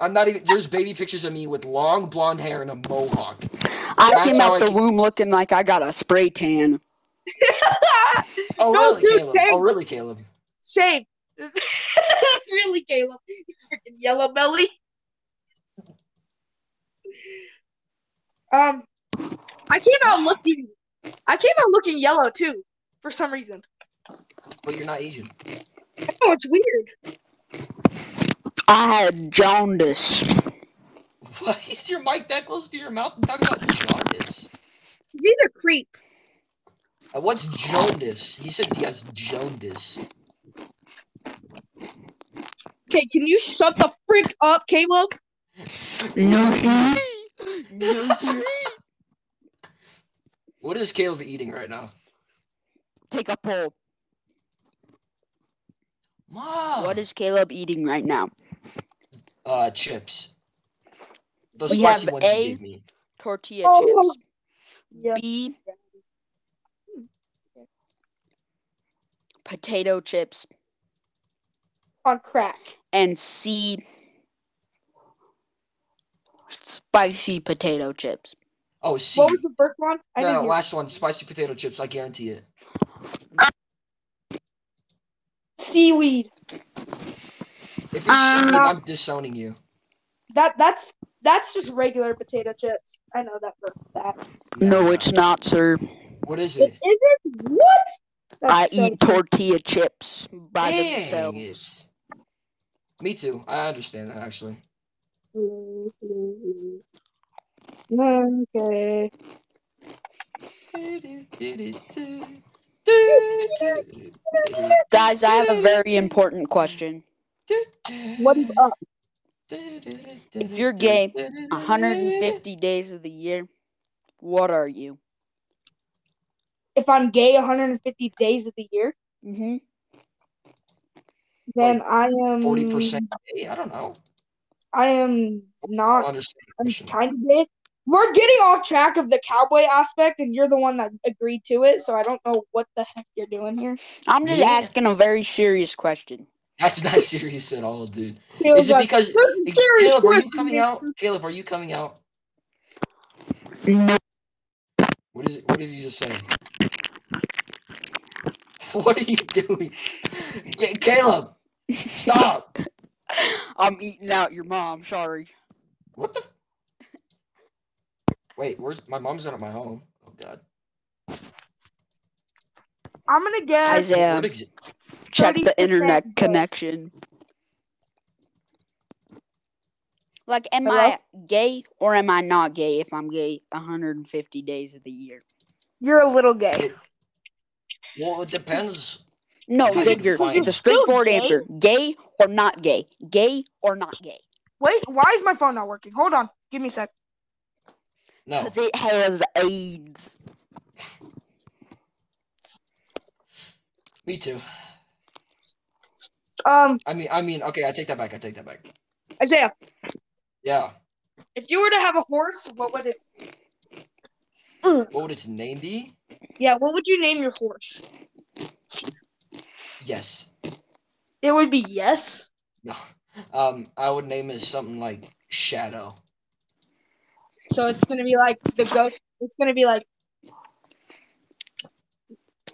S1: I'm not even. There's baby pictures of me with long blonde hair and a mohawk.
S3: I
S1: That's
S3: came
S1: how
S3: out
S1: I
S3: the
S1: ke-
S3: womb looking like I got a spray tan.
S2: [LAUGHS]
S1: Oh
S2: No,
S1: really,
S2: dude,
S1: Caleb?
S2: same.
S1: Oh really, Caleb?
S2: shame. [LAUGHS] really, Caleb, you freaking yellow belly. Um, I came out looking. I came out looking yellow too, for some reason.
S1: But you're not Asian.
S2: Oh, it's weird.
S3: I had jaundice.
S1: Why is your mic that close to your mouth? I'm talking about jaundice.
S2: He's a creep.
S1: Uh, what's jaundice? He said he has jaundice.
S2: Okay, can you shut the frick up, Caleb?
S3: [LAUGHS] No, sir. No, sir.
S1: What is Caleb eating right now?
S3: Take a poll.
S1: Mom.
S3: What is Caleb eating right now?
S1: uh chips? Those
S3: We
S1: spicy
S3: have
S1: ones
S3: a-
S1: you gave me.
S3: Tortilla
S2: Oh.
S3: chips.
S2: Yeah.
S3: B. Potato chips.
S2: On crack.
S3: and C spicy potato chips.
S1: Oh, see.
S2: What was the first one? I
S1: no,
S2: didn't
S1: no,
S2: hear.
S1: last one, spicy potato chips. I guarantee it.
S2: Seaweed.
S1: If it's
S3: Um,
S1: seaweed,
S2: no.
S1: I'm disowning you.
S2: That that's that's just regular potato chips. I know that for a fact.
S3: No, it's not, sir.
S1: What is
S2: It
S1: it?
S2: isn't what?
S3: I
S2: That's so
S3: eat tortilla chips by
S1: Dang
S3: themselves.
S1: it. Me too. I understand that actually.
S2: Okay.
S3: Guys, I have a very important question.
S2: What is up?
S1: If
S3: you're gay, 150 days of the year. What are you?
S2: If I'm gay 150 days of the year,
S1: Mm-hmm.
S3: hmm
S2: then I am
S1: 40% gay, I don't know.
S2: I am
S1: I
S2: not.
S1: don't understand. the
S2: I'm
S1: question.
S2: kind of gay. We're getting off track of the cowboy aspect, and you're the one that agreed to it, so I don't know what the heck you're doing here.
S3: I'm just
S1: Yeah.
S3: asking a very serious question.
S1: That's not serious at all, dude.
S2: Feels
S1: Is it
S2: like-
S1: because
S2: this is serious
S1: Caleb, are you
S2: question,
S1: coming
S2: Mason.
S1: out? Caleb, are you coming out?
S3: No.
S1: What is? What did you just say? [LAUGHS] What are you doing, Ca- Caleb? Stop!
S3: [LAUGHS] I'm eating out your mom. Sorry.
S1: What the? Wait, where's my mom's not at my home? Oh God!
S2: I'm gonna guess.
S3: Isaiah.
S1: What ex-
S3: Check the
S2: 30%
S3: internet
S2: growth.
S3: connection. Like, am
S2: Hello?
S3: I gay or am I not gay if I'm gay 150 days of the year?
S2: You're a little gay.
S1: well, it depends.
S3: No,
S1: Because
S3: Xavier,
S1: you're
S3: it's a
S2: still
S3: straightforward
S2: gay.
S3: answer. Gay or not gay? Gay or not gay?
S2: Wait, why is my phone not working? Hold on. Give me a sec.
S1: No,
S3: Because it has AIDS.
S1: me too.
S2: Um,
S1: I mean, I mean, okay, I take that back. I take that back.
S2: Isaiah,
S1: Yeah.
S2: if you were to have a horse, what would its
S1: What would its name be?
S2: yeah, what would you name your horse?
S1: Yes.
S2: It would be yes.
S1: No. Um, I would name it something like Shadow.
S2: So it's gonna be like the ghost. It's gonna be like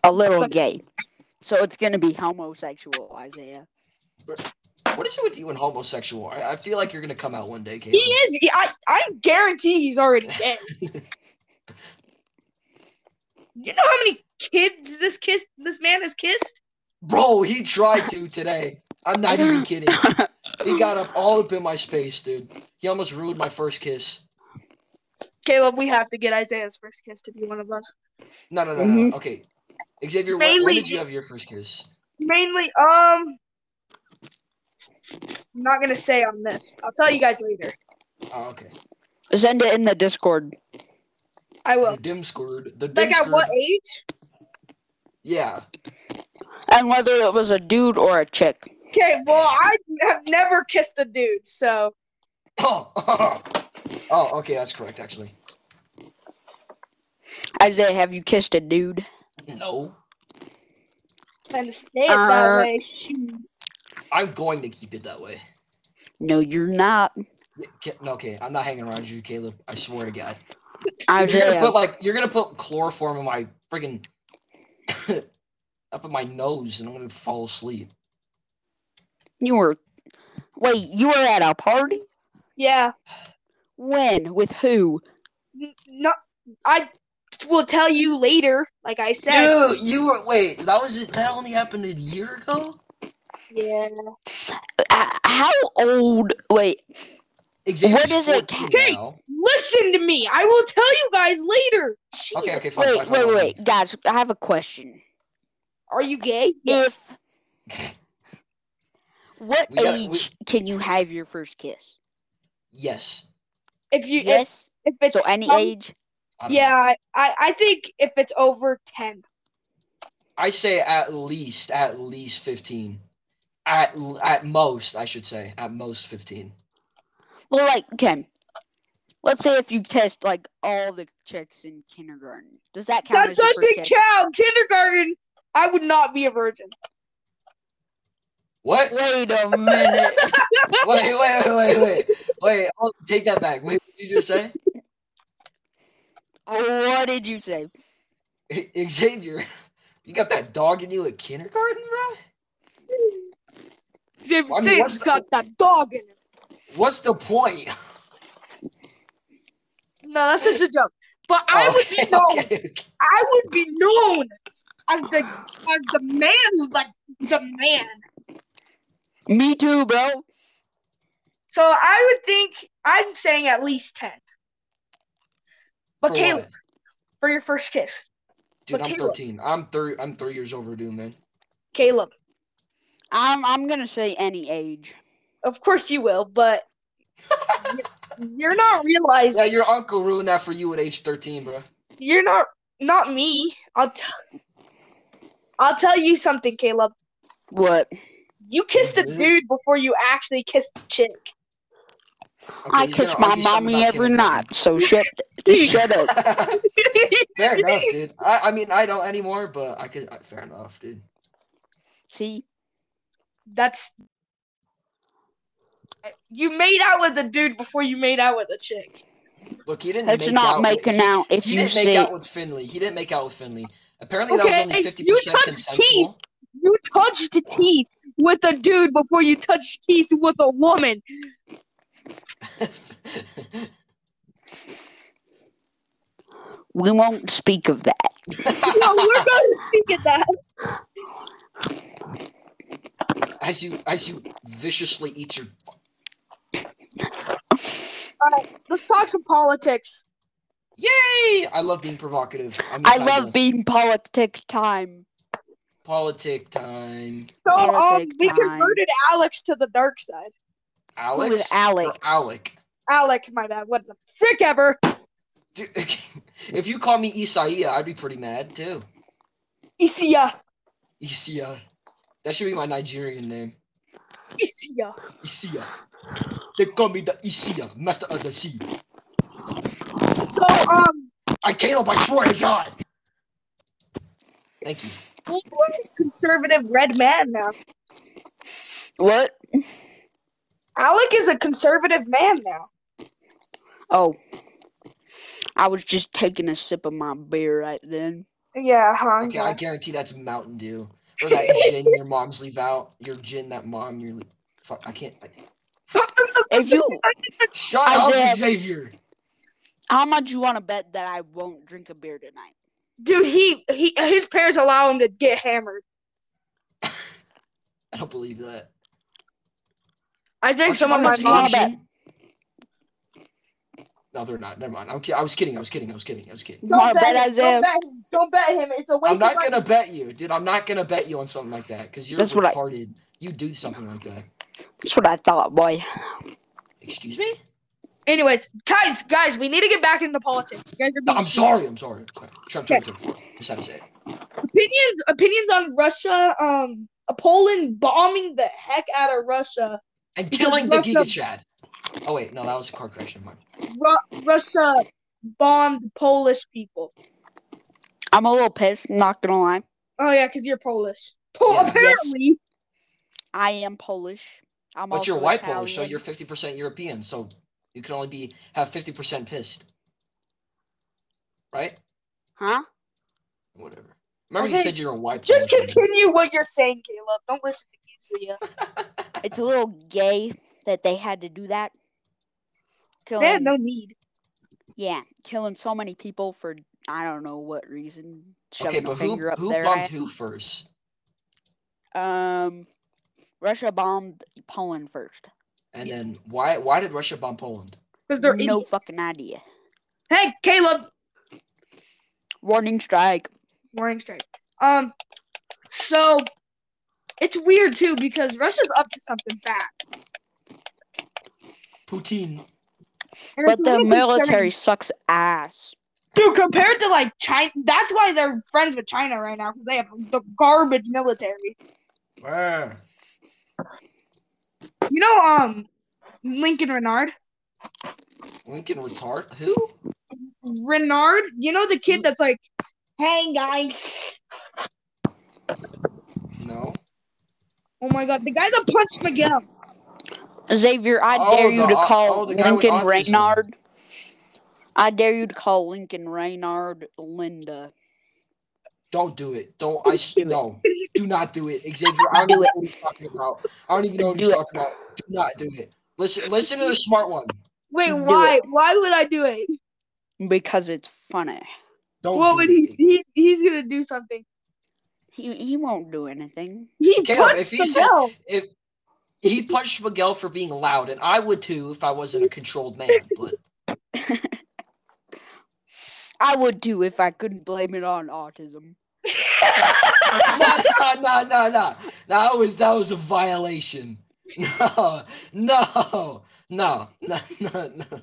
S3: A little
S2: But-
S3: gay. So it's going to be homosexual, Isaiah.
S1: What is it with you and homosexual? I, I feel like you're gonna come out one day, Caleb.
S2: he is. I I guarantee he's already gay. you know how many kids this kiss this man has kissed?
S1: Bro, he tried to today. I'm not even
S2: [LAUGHS]
S1: kidding. He got up all up in my space, dude. He almost ruined my first kiss.
S2: Caleb, we have to get Isaiah's first kiss to be one of us.
S1: No, no, no,
S3: Mhm.
S1: no. Okay, Xavier, when, when
S2: Mainly-
S1: did you have your first kiss?
S2: Mainly, um, I'm not gonna say on this. I'll tell you guys later.
S1: Oh, okay.
S3: Send it in the Discord.
S2: I will.
S1: The dim scored. The dim
S2: Like at
S1: scored.
S2: what age?
S1: Yeah. [LAUGHS]
S3: And whether it was a dude or a chick.
S2: Okay, well, I have never kissed a dude, so
S1: Oh, [LAUGHS] okay, that's correct actually.
S3: Isaiah, have you kissed a dude?
S1: No,
S2: and to say it that
S3: Uh.
S2: way. shoot.
S1: I'm going to keep it that way.
S3: No, you're not.
S1: Yeah, Ca- No, okay, I'm not hanging around you, Caleb. I swear to God. You're gonna
S3: Isaiah,
S1: put like you're gonna put chloroform in my friggin' [COUGHS] up in my nose, and I'm gonna fall asleep.
S3: you were. Wait, you were at a party?
S2: Yeah,
S3: When? With who?
S2: n- not. I will tell you later. Like I said.
S1: Dude, you were wait. That was that only happened a year ago.
S2: Yeah.
S3: Uh, How old? Wait,
S1: Xavier's
S3: What is it,
S1: 14
S2: Kate?
S1: now.
S2: Listen to me. I will tell you guys later. Jeez.
S1: Okay, okay, fine.
S3: wait,
S1: fine,
S3: wait,
S1: fine,
S3: wait, guys. I have a question.
S2: Are you gay?
S3: If what
S1: We gotta-
S3: age
S1: we-
S3: can you have your first kiss?
S1: Yes.
S2: If you if,
S3: Yes.
S2: if it's
S3: So any
S2: some-
S3: age.
S1: I don't know.
S2: Yeah, I- I I think if it's over ten.
S1: I say at least at least 15. At l- at most, I should say at most 15.
S3: Well, like okay. Let's say if you test like all the chicks in kindergarten, does that count?
S2: That
S3: as your first
S2: doesn't
S3: kiss?
S2: count. Kindergarten. I would not be a virgin.
S1: What?
S2: [LAUGHS]
S3: Wait a minute. [LAUGHS]
S1: wait, wait, wait, wait, wait. I'll take that back. Wait, what did you just say? [LAUGHS]
S3: what did you say?
S1: Xavier, you got that dog in you at kindergarten, bro?
S2: Zip
S1: Well, I mean,
S2: Zip's
S1: what's the-
S2: got that dog in it.
S1: What's the point?
S2: No, that's just a joke. But
S1: [LAUGHS]
S2: I would be known.
S1: Oh, okay, okay.
S2: I would be known as the as the man, like the man.
S3: Me too, bro.
S2: So I would think I'm saying at least ten. But
S1: For
S2: Caleb,
S1: what?
S2: for your first kiss,
S1: Dude,
S2: but
S1: I'm
S2: Caleb-
S1: 13. I'm three. I'm three years overdue, man.
S2: Caleb.
S3: I'm I'm gonna say any age.
S2: Of course you
S1: [LAUGHS]
S2: will, but y- you're not realizing.
S1: Yeah, your uncle ruined that for you at age 13, bro.
S2: You're not not me. I'll t- I'll tell you something, Caleb.
S3: What?
S2: You kissed a
S1: Mhm.
S2: dude before you actually kissed a chick. [LAUGHS]
S1: Okay,
S3: I
S1: he's gonna
S3: kiss my
S1: argue something
S3: mommy
S1: about
S3: every
S1: kindergarten.
S3: night,
S1: [LAUGHS]
S3: so shut shut up. [LAUGHS]
S1: fair enough, dude. I, I mean, I don't anymore, but I could. I- Fair enough, dude.
S3: See,
S2: That's you made out with a dude before you made out with a chick.
S1: Look, he didn't.
S3: Let's
S1: make
S3: not
S1: out
S3: make
S1: with,
S3: an out if
S1: He
S3: you
S1: didn't make
S3: say
S1: out with Finley. He didn't make out with Finley. Apparently,
S2: Okay,
S1: that was only fifty
S2: you
S1: percent
S2: touched
S1: consensual.
S2: You touched teeth with a dude before you touched teeth with a [LAUGHS] woman.
S3: we won't speak of that.
S2: No, Oh, we're going to speak at that.
S1: [LAUGHS] as you as you viciously eat your.
S2: Let's talk some politics.
S1: Yay! I love being provocative. I'm
S3: I
S1: kinda-
S3: love being politic time.
S1: politic time.
S2: So, um,
S3: Politic
S2: we
S3: time.
S2: converted Alex to the dark side.
S1: Alex.
S3: was
S1: or
S3: Alex?
S1: Alec.
S2: Alec, my bad. What the frick ever?
S1: Dude, [LAUGHS] if you call me Isaiah, I'd be pretty mad too.
S2: Isia.
S1: Isaiah. That should be my Nigerian name.
S2: Isia.
S1: Isaiah. They call me the Isaiah, master of the sea.
S2: So, um,
S1: I Caleb, I swear to God. Thank you.
S2: we're a conservative red man now.
S3: What?
S2: Alec is a conservative man now.
S3: Oh. I was just taking a sip of my beer right then.
S2: Yeah, huh?
S1: Okay,
S2: yeah.
S1: I guarantee that's Mountain Dew or that
S3: [LAUGHS]
S1: gin your mom's leave out. Your gin that mom your fuck. I can't. I,
S2: [LAUGHS]
S3: If you
S1: shut
S3: I
S1: up,
S3: did.
S1: Xavier.
S3: how much you want to bet that I won't drink a beer tonight?
S2: Dude, he, he his parents allow him to get hammered.
S1: I don't believe that.
S2: I drank
S1: Aren't
S2: some
S1: you
S2: of my
S1: allergic to
S2: mom's.
S1: Asian? No, they're not. Never mind. I'm, ki- I was kidding. I was kidding. I was kidding. I was kidding.
S3: You want to
S2: him,
S3: bet
S2: don't
S3: Isaiah?
S2: bet him. Don't bet him. It's a
S1: I'm
S2: waste
S1: not
S2: of money.
S1: gonna bet you, dude. I'm not gonna bet you on something like that because you're
S3: That's what I-
S1: retarded. You do something like that.
S3: That's what I thought, boy.
S1: Excuse me?
S2: Anyways, guys, guys, we need to get back into politics. You guys are
S1: No,
S2: being
S1: I'm
S2: stupid.
S1: sorry. I'm sorry. Okay. Shut up, shut up. Just had to say it.
S2: opinions opinions on Russia, um Poland bombing the heck out of Russia.
S1: And
S2: Because
S1: killing the
S2: Russia-
S1: Giga Chad. Oh wait, no, that was a car crash. Never mind.
S2: Ru- Russia bombed Polish people.
S3: I'm a little pissed, not gonna lie.
S2: Oh yeah, because you're Polish. Po-
S1: Yeah, yes.
S2: apparently.
S3: I am Polish. I'm
S1: But
S3: also
S1: you're white
S3: Italian.
S1: Polish, so you're 50% European, so you can only be have 50% pissed. Right?
S3: Huh?
S1: Whatever. Remember you
S2: Okay,
S1: said you're a white
S2: Just
S1: Polish woman.
S2: continue what you're saying, Caleb. Don't listen to Keislia.
S3: It's a little gay that they had to do that.
S2: They had
S3: Killing,
S2: no need.
S3: yeah, killing so many people for I don't know what reason. Shoving
S1: Okay, but
S3: a
S1: who,
S3: finger up
S1: who
S3: there. eh?
S1: bumped who first?
S3: Um, Russia bombed Poland first.
S1: And then why why did Russia bomb Poland?
S2: Because they're
S3: no
S2: idiots.
S3: fucking idea.
S2: Hey, Caleb.
S3: Warning strike.
S2: Warning strike. Um so it's weird too because Russia's up to something bad.
S1: Putin.
S2: And it's
S3: But
S2: a
S3: the
S2: little
S3: military
S2: concerning.
S3: sucks ass.
S2: Dude, compared to like China, that's why they're friends with China right now because they have the garbage military.
S1: Brr.
S2: You know, um, Lincoln Renard,
S1: Lincoln retard. Who?
S2: Renard. You know the kid that's like, "Hey guys!"
S1: No.
S2: Oh my god, the guy that punched Miguel.
S3: Xavier, I
S1: Oh,
S3: dare you
S1: the
S3: to
S1: au-
S3: call
S1: oh, the guy with
S3: Lincoln
S1: autism.
S3: Reynard. I dare you to call Lincoln Reynard Linda.
S1: Don't do it. Don't I sh- no. Do not do it. Xavier, I don't
S3: Do
S1: know
S3: it.
S1: what he's talking about. I don't even know what he's
S3: Do it.
S1: talking about. Do not do it. Listen listen to the smart one.
S2: Wait,
S3: Do
S2: why? Why would I do it?
S3: because it's funny.
S1: Don't
S2: What
S1: do
S2: would
S1: it.
S2: he? he he's gonna do something.
S3: He he won't do anything.
S2: He
S1: Caleb,
S2: punched
S1: if he said-
S2: Miguel.
S1: if he punched Miguel for being loud, and I would too if I wasn't a controlled man. But [LAUGHS]
S3: I would do if I couldn't blame it on autism.
S1: no, no, no, no, that was that was a violation. [LAUGHS] No, no, no, no, no, no.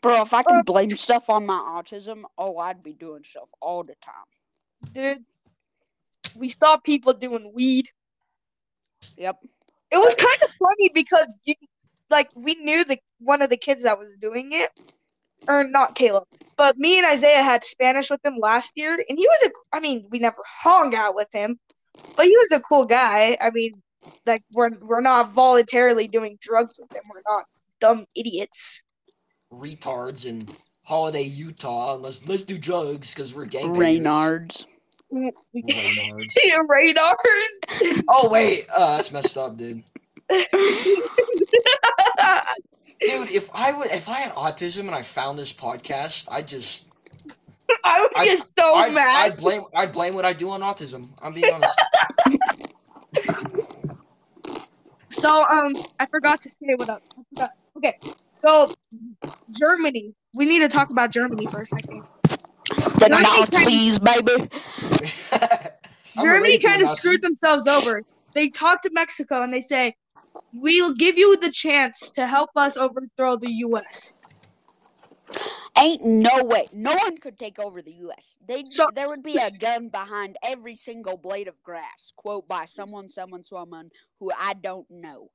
S3: Bro, if I could blame stuff on my autism, oh, I'd be doing stuff all the time.
S2: Dude, we saw people doing weed.
S3: Yep.
S2: It was kind of funny because you, like we knew the one of the kids that was doing it, or not Caleb, but me and Isaiah had Spanish with him last year, and he was a. I mean, we never hung out with him, but he was a cool guy. I mean, like we're we're not voluntarily doing drugs with him. We're not dumb idiots. [LAUGHS]
S1: retards in Holiday, Utah. And let's let's do drugs because we're gang.
S3: Reynards.
S1: Reynards.
S2: Radar. [LAUGHS]
S1: oh wait, uh, that's messed up, dude. Dude, if I would, if I had autism and I found this podcast, I just,
S2: I would
S1: I-
S2: get so
S1: I, I
S2: mad.
S1: blame, I blame what I do on autism. I'm being honest.
S2: so um, I forgot to say what up. I forgot. Okay, so Germany. We need to talk about Germany for a second.
S3: The
S2: Germany kinda-
S3: Nazis, baby.
S1: [LAUGHS] I'm
S2: Germany
S1: related to a
S2: kind of
S1: Nazi.
S2: screwed themselves over. They talk to Mexico and they say, "We'll give you the chance to help us overthrow the U.S."
S3: Ain't no way. No one could take over the U.S. They
S2: So-
S3: there would be a gun behind every single blade of grass. Quote by someone, someone, someone who I don't know.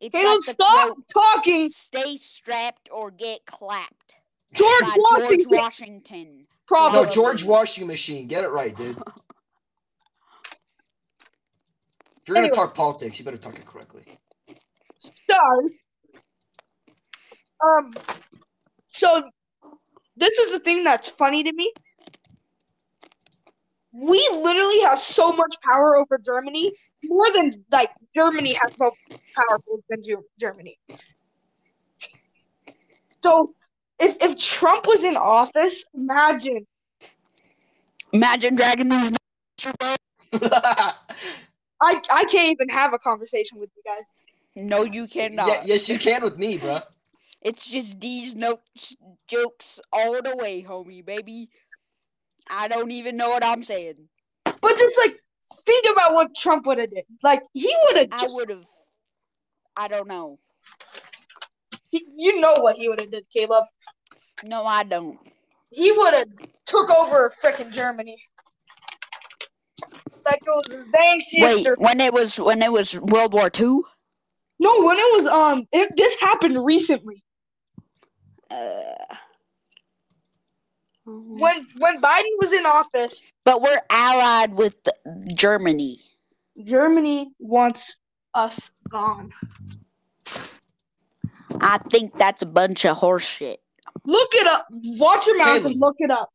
S3: It's
S2: They don't
S3: the
S2: stop talking.
S3: quote, "Stay strapped or get clapped."
S2: George
S3: by
S2: Washington.
S3: George Washington.
S1: No,
S2: Problem.
S1: George Washington machine. Get it right, dude. If you're gonna
S2: Anyway.
S1: talk politics, you better talk it correctly.
S2: So, um, so this is the thing that's funny to me. We literally have so much power over Germany, more than like Germany has more powerful than Ge- Germany. So, if if Trump was in office, imagine
S3: Imagine dragging these.
S1: [LAUGHS]
S2: I I can't even have a conversation with you guys.
S3: No, you cannot.
S1: Ye- yes, you can with me, bro.
S3: It's just these notes, jokes all the way, homie, baby. I don't even know what I'm saying.
S2: But just like think about what Trump would have did. Like he would have
S3: I
S2: just
S3: would have. I don't know.
S2: He, you know what he would have did, Caleb.
S3: No, I don't.
S2: He would have took over frickin' Germany. Like it was his dang
S3: Wait,
S2: sister.
S3: when it was when it was World War Two.
S2: No, when it was um, it, this happened recently.
S3: Uh,
S2: When when Biden was in office,
S3: but we're allied with Germany.
S2: Germany wants us gone.
S3: I think that's a bunch of horseshit.
S2: Look it up. Watch your mouth and
S1: Caleb.
S2: look it up.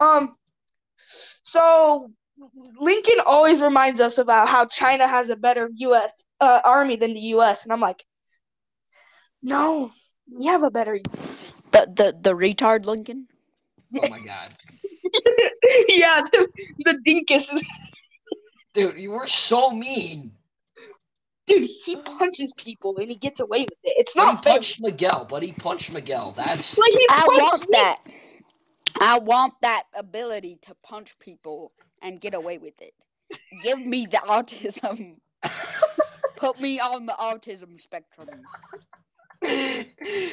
S2: Um, so Lincoln always reminds us about how China has a better U.S. Uh, army than the U.S. And I'm like, no, we have a better.
S3: The the the retard Lincoln.
S1: Oh my god,
S2: [LAUGHS] yeah, the, the dinkus, is-
S1: dude, you were so mean.
S2: dude. He punches people and he gets away with it. It's
S1: But he
S2: not fair.
S1: punched Miguel. But he punched Miguel. That's
S2: Like, he
S3: I
S2: punched
S3: want
S2: me.
S3: that. I want that ability to punch people and get away with it. Give me the autism. Put me on the autism spectrum. I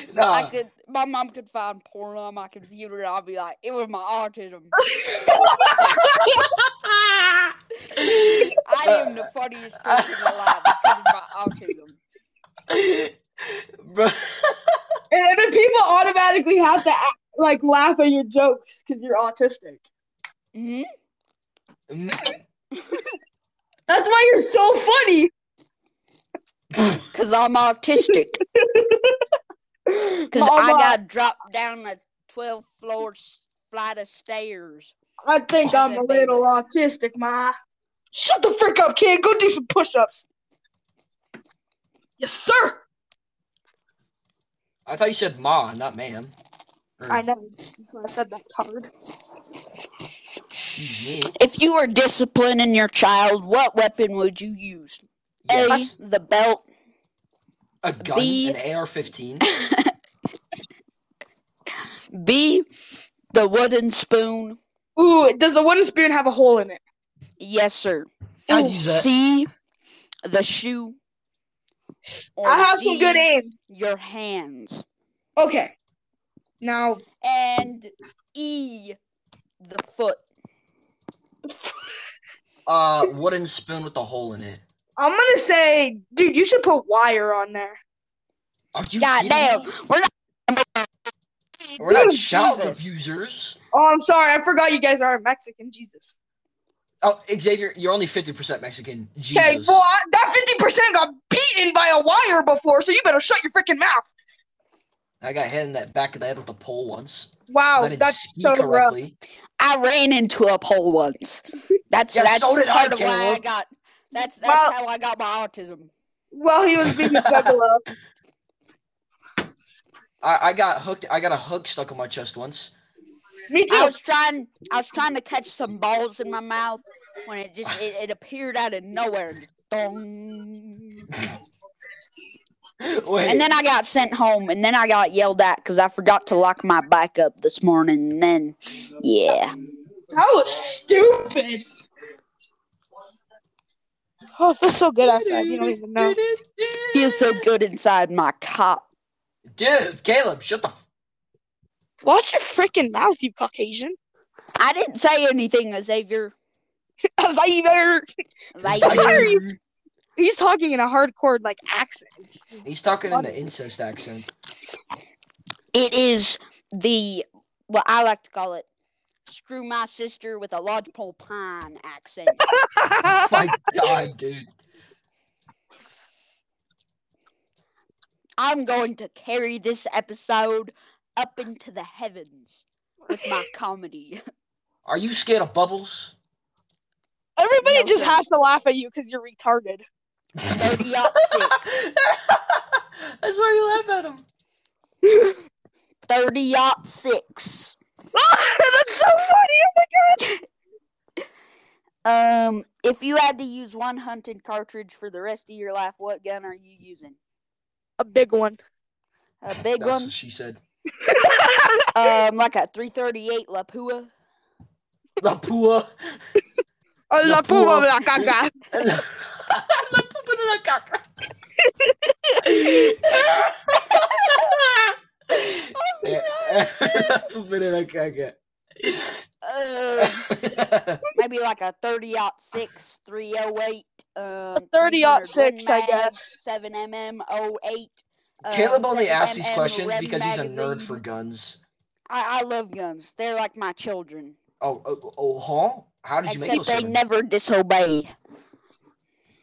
S1: [LAUGHS] nah.
S3: could. My mom could find porn on my computer, and I'll be like, "It was my autism." I am the funniest person alive because of my autism.
S1: Bro,
S2: [LAUGHS] And then people automatically have to act- like laugh at your jokes because you're autistic.
S3: Mhm.
S2: That's why you're so funny.
S3: Cause I'm autistic. Cause I
S2: Mama,
S3: got dropped down a twelve floor s- flight of stairs.
S2: I think
S3: Oh,
S2: I'm a
S3: that
S2: little autistic, ma. Shut the frick up, kid. Go do some push-ups. Yes, sir.
S1: I thought you said ma, not man. Or,
S2: I know. That's why I said that's hard.
S1: Excuse me.
S3: If you were disciplining your child, what weapon would you use?
S1: Yes.
S3: A. The belt.
S1: A gun,
S3: B.
S1: an AR-15.
S3: B. The wooden spoon.
S2: Ooh, does the wooden spoon have a hole in it?
S3: Yes, sir.
S1: I'd use that.
S3: C. The shoe. Or
S2: I have some good
S3: D,
S2: aim.
S3: Your hands.
S2: Okay. Now,
S3: And E. The foot.
S1: Uh, wooden spoon with a hole in it.
S2: I'm gonna say, dude, you should put wire on there.
S1: Are you kidding
S3: Goddamn.
S1: me?
S3: We're not.
S1: We're not
S3: Jesus.
S1: child abusers.
S2: Oh, I'm sorry. I forgot you guys are Mexican. Jesus.
S1: Oh, Xavier, you're only 50% Mexican.
S2: Okay,
S1: Jesus.
S2: well, I, that fifty percent got beaten by a wire before, so you better shut your freaking mouth.
S1: I got hit in that back of the head with a pole once. 'cause I
S2: Wow,
S1: didn't
S2: Oh, that's
S1: ski
S2: so rough.
S1: correctly.
S3: I ran into a pole once. That's
S1: Yeah,
S3: that's
S1: so did I,
S3: part of why I
S1: Caleb.
S3: got. That's that's
S2: Well-
S3: how I got my autism.
S2: Well, he was being a juggalo.
S1: I, I got hooked. I got a hook stuck on my chest once. [GASPS]
S2: Me too.
S3: I was trying. I was trying to catch some balls in my mouth when it just it, it appeared out of nowhere. and just dong.
S1: Wait,
S3: And then I got sent home, and then I got yelled at because I forgot to lock my bike up this morning. And then, yeah,
S2: That was stupid. Oh, it feels so good outside. You don't even know.
S3: feel so good inside my cop.
S1: dude, Caleb, shut the. f-
S2: Watch your freaking mouth, you Caucasian. [LAUGHS]
S3: I didn't say anything, Xavier.
S2: Xavier. [LAUGHS]
S3: Like,
S2: Why are you- He's talking in a hardcore like accent. [LAUGHS]
S1: He's talking in the incest accent.
S3: It is the what I like to call it. Screw my sister with a lodgepole pine accent.
S1: My God, dude.
S3: I'm going to carry this episode up into the heavens with
S2: [LAUGHS]
S3: my comedy.
S1: Are you scared of [LAUGHS] bubbles?
S2: Everybody
S3: No
S2: just
S3: sense.
S2: has to laugh at you because you're retarded. [LAUGHS]
S3: Thirty out six.
S1: That's why you laugh at him.
S3: Thirty yacht six.
S2: that's so funny.
S3: Um, if you had to use one hunting cartridge for the rest of your life, what gun are you using?
S2: A big one. [LAUGHS]
S3: A big
S1: That's
S3: one,
S1: what she said.
S3: um, like a three thirty eight Lapua. [LAUGHS]
S1: Lapua.
S2: A
S1: La
S2: la
S1: puma.
S2: puma la caca. [LAUGHS]
S3: Um, maybe like a thirty out six, three oh eight. Um,
S2: 30-06,
S3: 300 Win
S2: I
S3: Mag,
S2: guess.
S3: seven mm oh eight. um,
S1: Caleb only
S3: 7
S1: asks these
S3: mm
S1: questions
S3: Red
S1: because he's a nerd
S3: Magazine.
S1: for guns.
S3: I, I love guns. They're like my children,
S1: Oh, oh, oh, huh? How did you make
S3: except
S1: those?
S3: they
S1: seven?
S3: never disobey.
S1: Yeah, because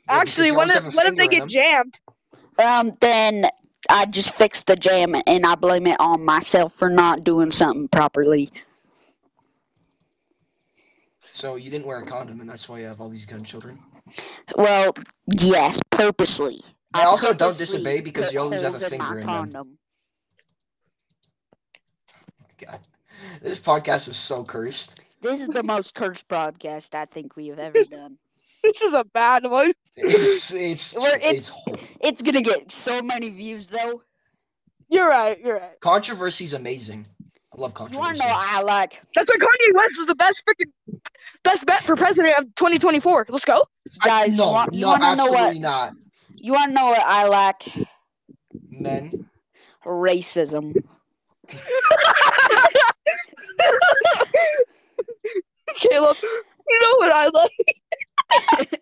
S2: Actually,
S1: you
S2: what
S1: always
S2: if,
S1: have a
S2: what if they
S1: finger
S2: get
S1: in
S2: jammed? [LAUGHS]
S3: Um, then I just fix the jam and I blame it on myself for not doing something properly.
S1: So you didn't wear a condom, and that's why you have all these gun children.
S3: Well, yes, purposely.
S1: They also don't
S3: purposely
S1: disobey because
S3: put
S1: you always have
S3: holes
S1: a
S3: my
S1: finger in them.
S3: condom.
S1: God, this podcast is so
S3: [LAUGHS]
S1: cursed.
S3: This
S1: [LAUGHS]
S3: is the most cursed broadcast I think we have ever done.
S2: This is a bad one.
S1: It's it's
S3: We're-
S1: it's,
S3: it's-
S1: whole.
S3: It's gonna get so many views though.
S2: You're right. You're right.
S1: controversy's amazing. I love
S3: You
S1: controversy.
S3: wanna know what I like?
S2: That's why Kanye West is the best freaking best bet for president of 2024. Let's go.
S3: Guys, you,
S1: no,
S3: want, you
S1: no,
S3: wanna know
S1: absolutely
S3: what
S1: not.
S3: you wanna know what I like?
S1: Men,
S3: Racism.
S2: [LAUGHS] Caleb, you know what I like.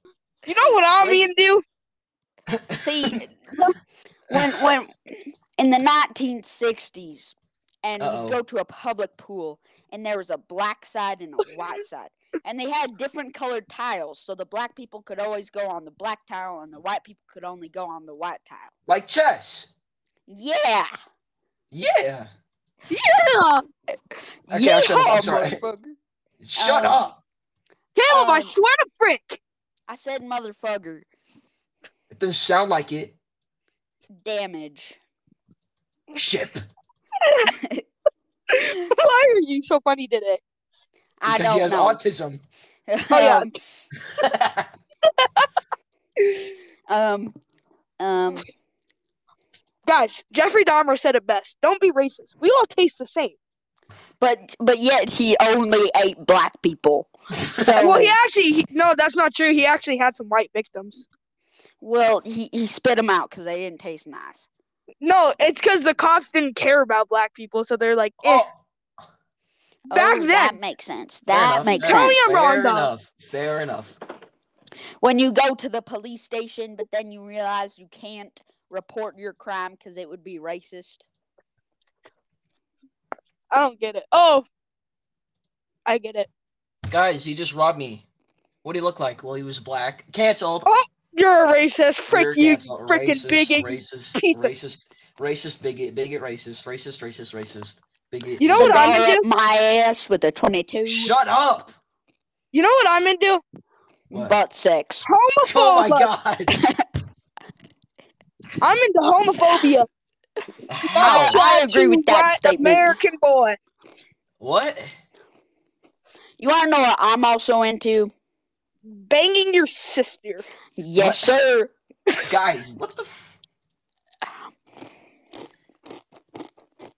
S2: [LAUGHS] you know what I mean, dude.
S1: [LAUGHS]
S3: See, when when in the 1960s, and
S1: Uh-oh.
S3: you'd go to a public pool, and there was a black side and a white side, and they had different colored tiles, so the black people could always go on the black tile, and the white people could only go on the white tile.
S1: like chess.
S3: Yeah,
S1: Yeah.
S2: Yeah.
S1: Okay, I'll shut up. I'm
S3: Yeehaw,
S1: sorry.
S3: motherfucker.
S1: Shut
S3: Um,
S1: up.
S2: Caleb, I
S3: Um,
S2: swear to frick.
S3: I said motherfucker.
S1: It doesn't sound like it.
S3: Damage.
S1: Ship.
S2: [LAUGHS] Why are you so funny today?
S3: [LAUGHS] I
S1: because he
S3: don't
S1: has
S3: [LAUGHS] know.
S1: autism.
S2: Oh yeah.
S3: Um,
S1: [LAUGHS]
S3: um, um,
S2: Guys, Jeffrey Dahmer said it best. Don't be racist. We all taste the same.
S3: but but yet he only ate black
S1: [LAUGHS]
S3: people. So
S2: Well, he actually he, no, that's not true. He actually had some white victims.
S3: Well, he, he spit them out because they didn't taste nice.
S2: No, it's because the cops didn't care about black people, so they're like, eh.
S1: Oh,
S2: Back
S3: Oh,
S2: then-
S3: that makes sense.
S1: fair
S3: That
S1: enough,
S3: makes
S1: fair
S2: Tell
S3: sense.
S2: me
S1: enough,
S2: I'm wrong,
S1: Fair
S2: though.
S1: enough. Fair enough.
S3: When you go to the police station, but then you realize you can't report your crime because it would be racist.
S2: I don't get it. Oh, I get it.
S1: Guys, he just robbed me. What did he look like? Well, he was black. Canceled.
S2: Oh. You're a racist. Frick
S1: Your
S2: you,
S1: dad's not
S2: freaking
S1: racist,
S2: bigot. you
S1: Racist,
S2: piece of-
S1: racist, racist, bigot, bigot, racist, racist, racist, racist, bigot.
S2: You know what I'm
S1: bigot.
S2: gonna
S3: Cigar up My ass with a 22
S1: Shut
S2: [LAUGHS]
S1: up!
S2: You know what I'm into?
S1: What?
S3: butt sex.
S2: Homophobe.
S1: Oh my
S2: [LAUGHS]
S1: god!
S2: I'm into homophobia.
S1: How?
S3: I- I agree with that
S2: White
S3: statement.
S2: American boy.
S1: What?
S3: You want to know what I'm also into?
S2: Banging your sister.
S3: Yes, sir.
S1: Guys, what the f-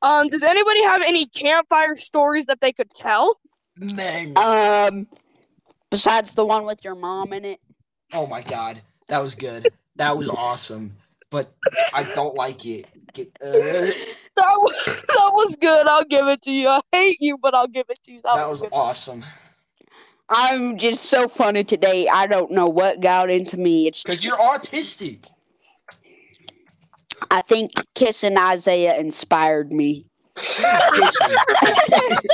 S2: Um, does anybody have any campfire stories that they could tell?
S1: men?
S3: Um, besides the one with your mom in it.
S1: Oh my god, that was good. That was awesome. But I don't like it. Get-
S2: [LAUGHS]
S1: uh, that
S2: That was, [LAUGHS] that was good. I'll give it to you. I hate you, but I'll give it to you. That, was,
S1: was
S2: good.
S1: awesome.
S3: I'm just so funny today. I don't know what got into me. It's
S1: Cause you're autistic.
S3: I think kissing Isaiah inspired me.
S1: You didn't kiss me.
S2: [LAUGHS]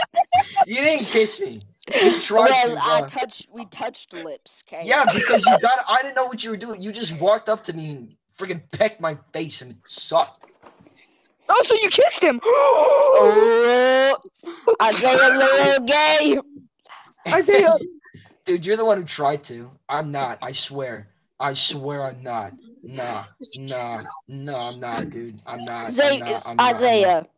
S1: You didn't kiss me. You tried
S3: well,
S1: to.
S3: I
S1: uh,
S3: touched. We touched lips. Okay.
S1: yeah, because you got. I didn't know what you were doing. You just walked up to me and freaking pecked my face, and it sucked.
S2: Oh, so you kissed him. [GASPS]
S3: Oh, [GASPS] Isaiah, little gay.
S1: [LAUGHS]
S2: Isaiah.
S1: Dude, you're the one who tried to. I'm not. I swear. I swear I'm not. Nah, nah, no, I'm not, dude. I'm not. I'm
S3: Isaiah,
S1: not, I'm not, I'm
S3: Isaiah,
S1: not.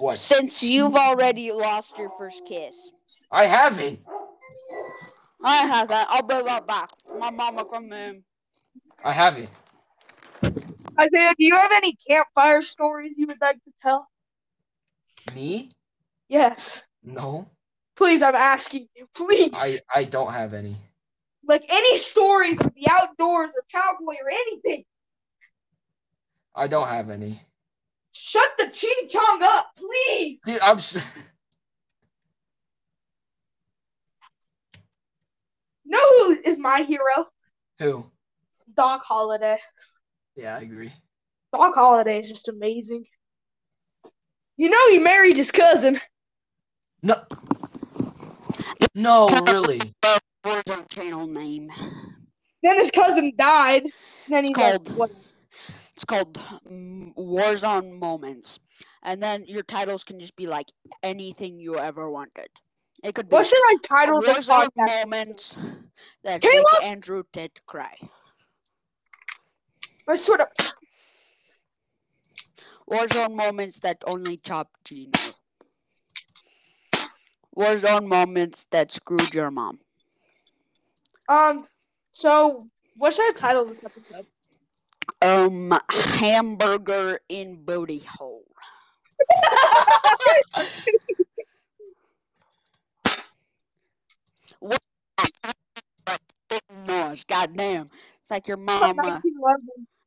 S1: What?
S3: since you've already lost your first kiss,
S1: I haven't.
S3: I have that. I'll bring that back. My mama from home.
S1: I haven't.
S2: Isaiah, do you have any campfire stories you would like to tell?
S1: Me?
S2: Yes.
S1: No.
S2: Please, I'm asking you. Please.
S1: I I don't have any.
S2: like any stories of the outdoors or cowboy or anything.
S1: I don't have any.
S2: Shut the ching chong up, please.
S1: Dude, I'm. s- [LAUGHS]
S2: You know who is my hero?
S1: Who?
S2: Doc Holiday.
S1: Yeah, I agree.
S2: Doc Holiday is just amazing. You know he married his cousin.
S1: No. No, really.
S3: What is our channel name?
S2: Then his cousin died. And then he's like,
S3: called-
S2: what?
S3: It's called mm, Warzone Moments. And then your titles can just be like anything you ever wanted. It could be
S2: what should I title this
S3: Warzone
S2: podcast?
S3: Moments that
S2: Caleb!
S3: make Andrew Ted cry.
S2: I sort of.
S3: Warzone Moments that only Chop G knew. Warzone Moments that screwed your mom.
S2: Um. So, what should I title this episode? [LAUGHS]
S3: Um, hamburger in booty hole. Big noise, goddamn! It's like your mom. uh,
S2: 1911.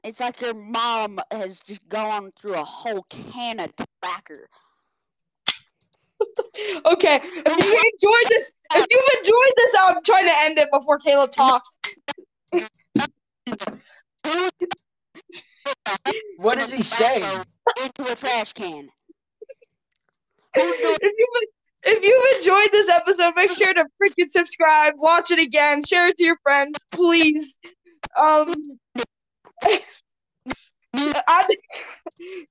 S3: It's like your mom has just gone through a whole can of tobacco.
S2: Okay. If you enjoyed this, if you've enjoyed this, I'm trying to end it before Caleb talks.
S1: What is he saying?
S3: Into a trash can.
S2: if you if you've enjoyed this episode, make sure to freaking subscribe, watch it again, share it to your friends, please. Um, [LAUGHS] I-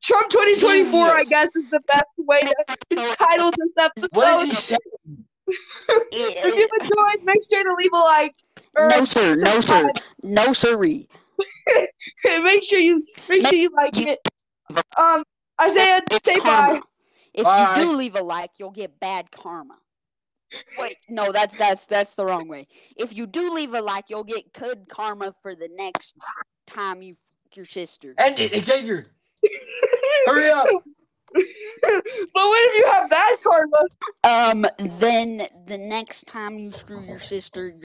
S2: Trump twenty twenty four, I
S3: Genius.
S2: guess, is the best way to is title this
S1: What is he
S2: episode.
S1: saying?
S2: If you've enjoyed, make sure to leave a like. Or
S3: No sir, no sir, no sirree.
S2: make sure you make sure you like it. Um, Isaiah, say bye.
S3: karma. If
S1: Bye.
S3: you do leave a like, you'll get bad karma. Wait, no, that's that's that's the wrong way. If you do leave a like, you'll get good karma for the next time you f- your sister.
S1: End it, Xavier. Hurry
S2: [LAUGHS]
S1: up.
S2: but what if you have bad karma?
S3: Um, then the next time you screw your sister,